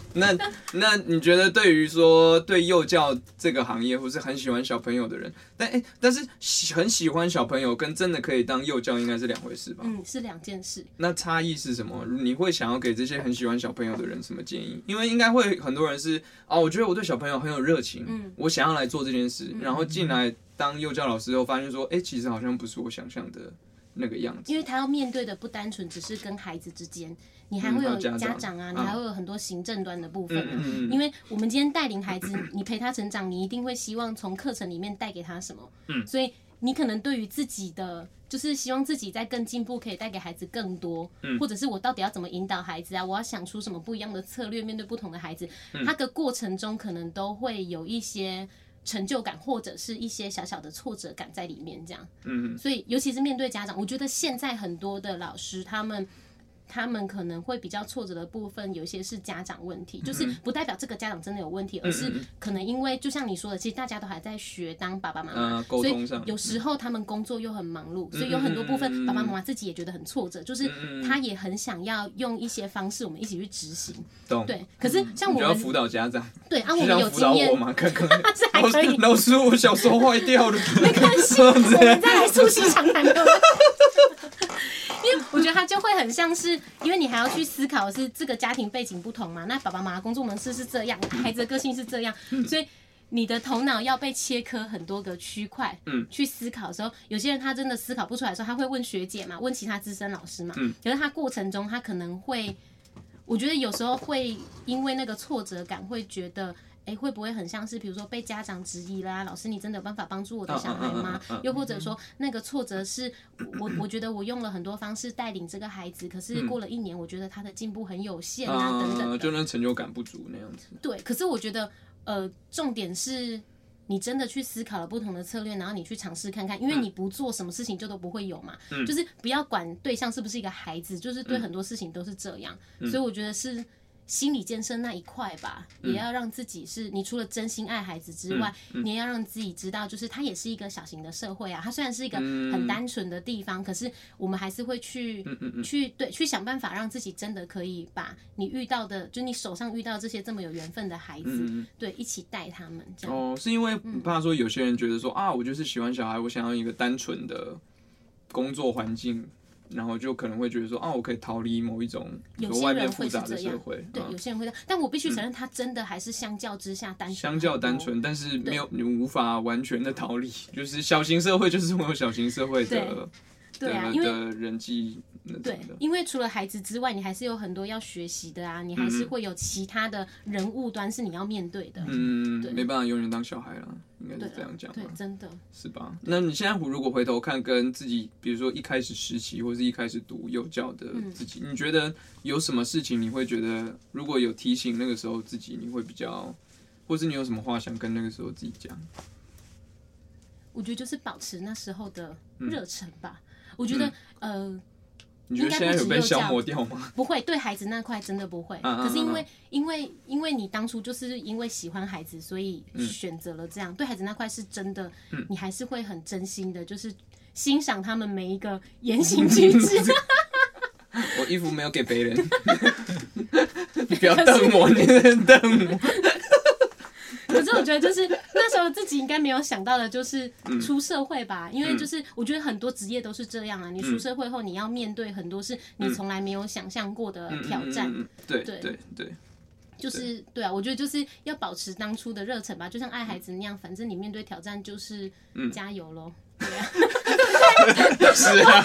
A: 那那你觉得对于说对幼教这个行业，或是很喜欢小朋友的人，但哎、但是喜很喜欢小朋友跟真的可以当幼教应该是两回事吧？
B: 嗯，是两件事。
A: 那差异是什么？你会想要给这些很喜欢小朋友的人什么建议？因为应该会很多人是哦，我觉得我对小朋友很有热情，
B: 嗯
A: 我想要来做这件事，然后进来当幼教老师后，发现说，哎、其实好像不是我想象的那个样子。
B: 因为他要面对的不单纯只是跟孩子之间，你还
A: 嗯
B: 会
A: 还
B: 有
A: 有家
B: 家
A: 长
B: 长啊，
A: 嗯
B: 你还会有很多行政端的部分啊。
A: 嗯嗯
B: 因为我们今天带领孩子，你陪他成长，你一定会希望从课程里面带给他什么。
A: 嗯
B: 所以你可能对于自己的，就是希望自己在更进步，可以带给孩子更多，
A: 嗯
B: 或者是我到底要怎么引导孩子啊？我要想出什么不一样的策略，面对不同的孩子，
A: 嗯
B: 他的过程中可能都会有一些成就感，或者是一些小小的挫折感在里面，这样。
A: 嗯，
B: 所以，尤其是面对家长，我觉得现在很多的老师他们。他们可能会比较挫折的部分，有一些是家长问
A: 嗯
B: 题，就是不代表这个家长真的有问题，而是可能因为就像你说的，其实大家都还在学当爸爸妈
A: 嗯
B: 妈，
A: 嗯沟
B: 所
A: 通
B: 以
A: 上
B: 有时候他们工作又很忙碌，所以有很多部分爸爸妈妈自己也觉得很挫折，就是
A: 嗯
B: 他也很想要用一些方式我们一起去执行，
A: 懂。
B: 对。可是像
A: 你
B: 我
A: 就要辅
B: 们
A: 导家长，
B: 对啊，
A: 就
B: 我们
A: 像
B: 有
A: 辅导
B: 经验啊
A: 我，嘛，刚刚。
B: 这 还
A: 老
B: 可
A: 师
B: 以，
A: 老师，我小时候坏掉了。没关系，
B: 我们再来促膝长 谈的。因为我觉得他就会很像是，因为你还要去思考是这个家庭背景不同嘛，那爸爸妈妈工作模式是这样，孩子的个性是这样，
A: 嗯
B: 所以你的头脑要被切割很多个区块，
A: 嗯
B: 去思考的时候，有些人他真的思考不出来的时候，他会问学姐嘛，问其他资深老师嘛，
A: 嗯
B: 可是他过程中他可能会，我觉得有时候会因为那个挫折感，会觉得。哎，会不会很像是，比如说被家长质疑啦、老师，你真的有办法帮助我的小孩
A: 嗯嗯嗯
B: 吗
A: 嗯嗯？
B: 又或者说，那个挫折是我，我觉得我用了很多方式带领这个孩子，可是过了一年，我觉得他的进步很有限啊，等等
A: 嗯，
B: 的。
A: 就那成就感不足那样子。
B: 对，可是我觉得，呃，重点是你真的去思考了不同的策略，然后你去尝试看看，因为你不做什么事情就都不会有嘛。就是不要管对象是不是一个孩子，就是对很多事情都是这样。所以我觉得是心理建设那一块吧，也要让自己是你除了真心爱孩子之外，你也要让自己知道，就是它也是一个小型的社会啊。它虽然是一个很单纯的地方，可是我们还是会去、
A: 嗯
B: 去对去想办法让自己真的可以把你遇到的，就你手上遇到这些这么有缘分的孩子，
A: 嗯
B: 对，一起带他们这样。嗯
A: 哦，是因为怕说有些人觉得说啊，我就是喜欢小孩，我想要一个单纯的工作环境，然后就可能会觉得说啊，我可以逃离某一种比
B: 有
A: 如说
B: 些
A: 外面
B: 人
A: 复
B: 会是
A: 杂
B: 这
A: 的社
B: 样
A: 会，，
B: 对，
A: 嗯
B: 有些人会这样，但我必须承认，他真的还是哦相较之下单纯，
A: 相较单。纯，但是没有你无法完全的逃离， 就是小型社会就是会有小型社会的
B: 对啊，
A: 的
B: 因为
A: 的人际那种
B: 对
A: 的，，嗯
B: 因为除了孩子之外，你还是有很多要学习的啊，你还是会有其他的人物端是你要面对的。
A: 嗯
B: 对，
A: 没办法永远当小孩了，应该
B: 对
A: 是
B: 啊，
A: 这样讲吧
B: 对，，真的，
A: 是吧？那你现在如果回头看，跟自己，比如说一开始实习或是一开始读幼教的
B: 嗯
A: 自己，你觉得有什么事情你会觉得，如果有提醒那个时候自己，你会比较，或是你有什么话想跟那个时候自己讲？
B: 我觉得就是保持那时候的
A: 嗯
B: 热忱吧。我觉得，呃，
A: 你觉得
B: 应该
A: 现
B: 不
A: 在有
B: 止
A: 被
B: 幼教
A: 消磨掉吗？
B: 不会对孩子那块真的不会。
A: 嗯嗯
B: 可是因为
A: 嗯，
B: 因为，因为你当初就是因为喜欢孩子，所以
A: 嗯
B: 选择了这样。对孩子那块是真的，你还是会很真心的，就是欣赏他们每一个言行举止。
A: 我衣服没有给别 人，你不要瞪我，你在瞪我。
B: 可是我觉得，就是那时候自己应该没有想到的，就是
A: 嗯
B: 出社会吧，因为就是我觉得很多职业都是这样啊。
A: 嗯
B: 你出社会后，你要面对很多是你从来没有想象过的挑战，
A: 嗯，对
B: 对
A: 对对，
B: 就是对啊，我觉得就是要保持当初的热忱吧，就像爱孩子那样，反正你面对挑战就是
A: 嗯
B: 加油 喽。
A: 是啊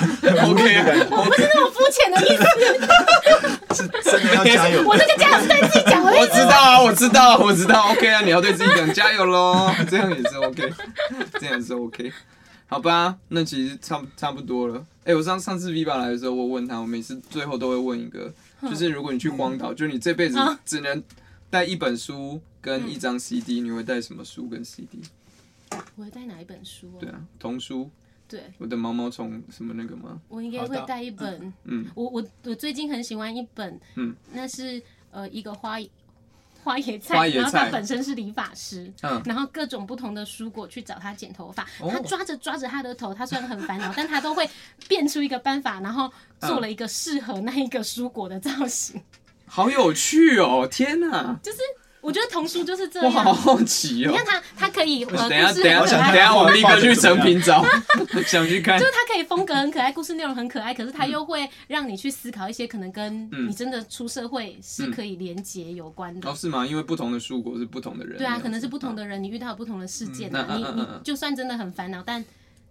A: ，OK 啊，
B: 我不是那种肤浅的意思，
C: 是真 的要加油。
B: 我这个加油是对自己讲，我
A: 我
B: 一
A: 知道啊，我知道啊，我知道，OK 啊，你要对自己讲加油喽， 这样也是 OK，这样也是 OK，好吧，那其实差不差不多了。哎、我上上次 Viva 来的时候，我问他，我每次最后都会问一个，就是如果你去荒岛，就你这辈子
B: 嗯啊嗯
A: 只能带一本书跟一张 CD，你会带什么书跟 CD？
B: 我会带哪一本书、哦？
A: 对啊，童书，
B: 对
A: 我的毛毛虫什么那个吗？
B: 我应该
C: 好
B: 会
C: 的
B: 带一本，
A: 嗯，
B: 我我我最近很喜欢一本，
A: 嗯，
B: 那是呃一个花花野菜，
A: 花野菜
B: 然后他本身是理发师，
A: 嗯
B: 然后各种不同的蔬果去找他剪头发，
A: 哦
B: 他抓着抓着他的头，他虽然很烦恼，但他都会变出一个办法，然后
A: 嗯
B: 做了一个适合那一个蔬果的造型，
A: 好有趣哦！天哪，
B: 就是我觉得童书就是这
A: 我好
B: 样。
A: 好奇哦
B: 啊你。看他，他可以呃，
A: 等一下，
B: 故
A: 等一下，等一
B: 事很可
A: 下，
B: 爱，
A: 等一下我立刻去成品 找，想去看
B: 就。是它可以风格很可爱，故事内容很可爱，可是它又会让你去思考一些可能跟
A: 嗯
B: 你真的出社会是可以连结有关的。
A: 哦，是吗？因为不同的蔬果是不同的人，
B: 对啊，
A: 那样子
B: 可能是不同。的人，你遇到不同的事件
A: 嗯
B: 啊，
A: 嗯
B: 你
A: 嗯
B: 你
A: 嗯嗯
B: 就算真的很烦恼，但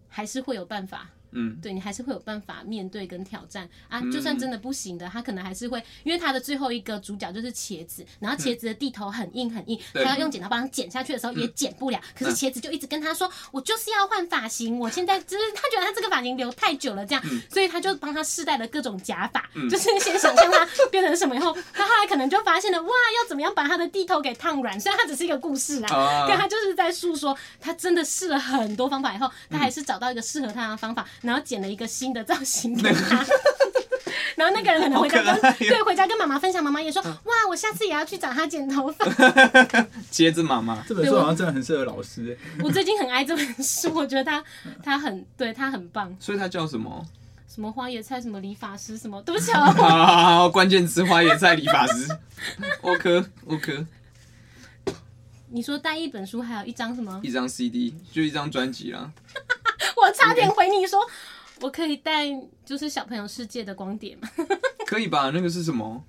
B: 还是会有办法。
A: 嗯，
B: 对你还是会有办法面对跟挑战啊！就算真的不行的，他可能还是会，因为他的最后一个主角就是茄子，然后茄子的地头很硬很硬，
A: 对嗯
B: 他要用剪刀帮他剪下去的时候也剪不了。可是茄子就一直跟他说：“我就是要换发型，我现在就是他觉得他这个发型留太久了，这样，
A: 嗯
B: 所以他就帮他试戴了各种假发，就是先想象他变成什么以后，他后来可能就发现了哇，要怎么样把他的地头给烫软？虽然它只是一个故事啊，
A: 啊
B: 但他就是在诉说，他真的试了很多方法以后，他还是找到一个适合他的方法，然后剪了一个新的造型给他。 然后那个人可能回家
A: 好可爱嗯
B: 跟
A: 哦
B: 对回家跟妈妈分享，妈妈也说哇，我下次也要去找他剪头发。
A: 接着妈妈，
C: 这本书好像真的很适合老师、欸
B: 我最近很爱这本书，我觉得他他很对他很棒，
A: 所以它叫什么？
B: 什么花野菜，什么理发师，什么对不起啊，
A: 好好好好，关键词花野菜理发师。OK OK，
B: 你说带一本书，还有一张什 么？
A: 一张 CD 就一张专辑啦。
B: 我差点回你说，我可以带就是小朋友世界的光碟吗？
A: 可以吧？那个是什么？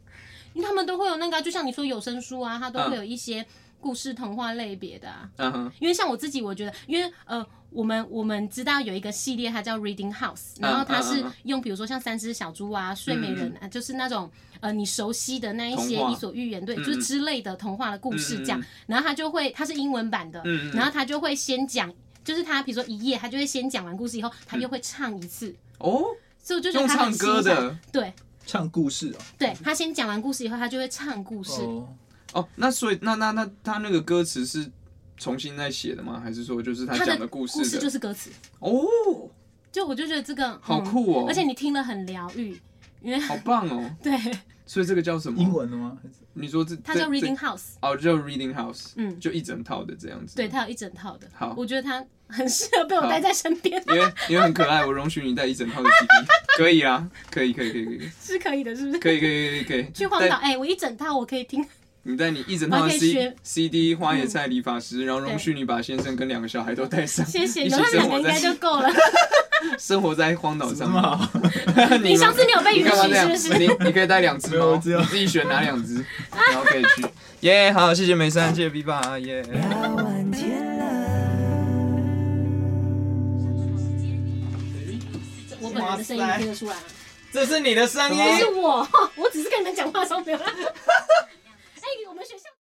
B: 因为他们都会有那个啊、就像你说有声书啊，它都会有一些故事童话类别的、啊。
A: 嗯哼，
B: 因为像我自己，我觉得，因为呃，我们我们知道有一个系列，它叫 Reading House，然后它是
A: 嗯嗯嗯
B: 用比如说像三只小猪啊、睡美人啊，就是那种呃你熟悉的那一些
A: 童话
B: 伊索寓言，对，就是之类的童话的故事这
A: 嗯
B: 样
A: 嗯。
B: 然后它就会，它是英文版的
A: 嗯嗯，
B: 然后它就会先讲，就是它比如说一页，它就会先讲完故事以后，它又会唱一次，
A: 哦，
B: 所以我就觉得
A: 用
B: 它很
A: 唱歌
B: 欣赏，
A: 的
B: 对
C: 唱故事哦。
B: 对，他先讲完故事以后，他就会唱故事。
C: 哦，
A: 哦。那所以那那那他那个歌词是重新再写的吗？还是说就是他
B: 他
A: 讲
B: 的
A: 故
B: 故
A: 事
B: 事
A: 的
B: 就？是歌词，
A: 哦，
B: 就我就觉得这个嗯
A: 好酷哦
B: 而且你听了很疗愈，因为
A: 好棒哦！
B: 对，
A: 所以这个叫什么？
C: 英？文的吗？还是
A: 你说这
B: 它叫
A: 这
B: Reading
A: 这
B: House，
A: 哦，叫 Reading House，
B: 嗯
A: 就一整套的这样子。
B: 对，它有一整套的。
A: 嗯好
B: 我觉得它很适合被我待在身边，
A: 因为因为很可爱，我容许你带一整套的 CD，可 以啊，可以可以可以可以
B: 是可以的，是不是？
A: 可以可以可以可以。
B: 去荒
A: 带
B: 岛，哎、我一整套我可以听，
A: 你带你一整套
B: 我
A: 的
B: 还可以
A: C
B: 学嗯
A: CD 花野菜理发师，然后容
B: 对
A: 许你把先生跟两个小孩都带上，
B: 谢谢。
A: 一
B: 有
A: 起
B: 他
A: 生活
B: 们两个应该就
A: 在
B: 够了。
A: 生活在荒岛
C: 这
A: 上
C: 么
A: 面。
C: 好？
A: 你
B: 你上次没有被
A: 你
B: 允
A: 干嘛
B: 许，
A: 这
B: 是
A: 样？
B: 不是？
A: 你你可以带两只
C: 没有
A: 猫，
C: 我只有
A: 你自己选哪两只，然后可以去。耶、好，谢谢梅珊，谢谢 B 爸，耶、
D: 要完天
B: 我本人的声音你听得出来吗？
A: 这是你的声音
B: 不，是我，我只是 哎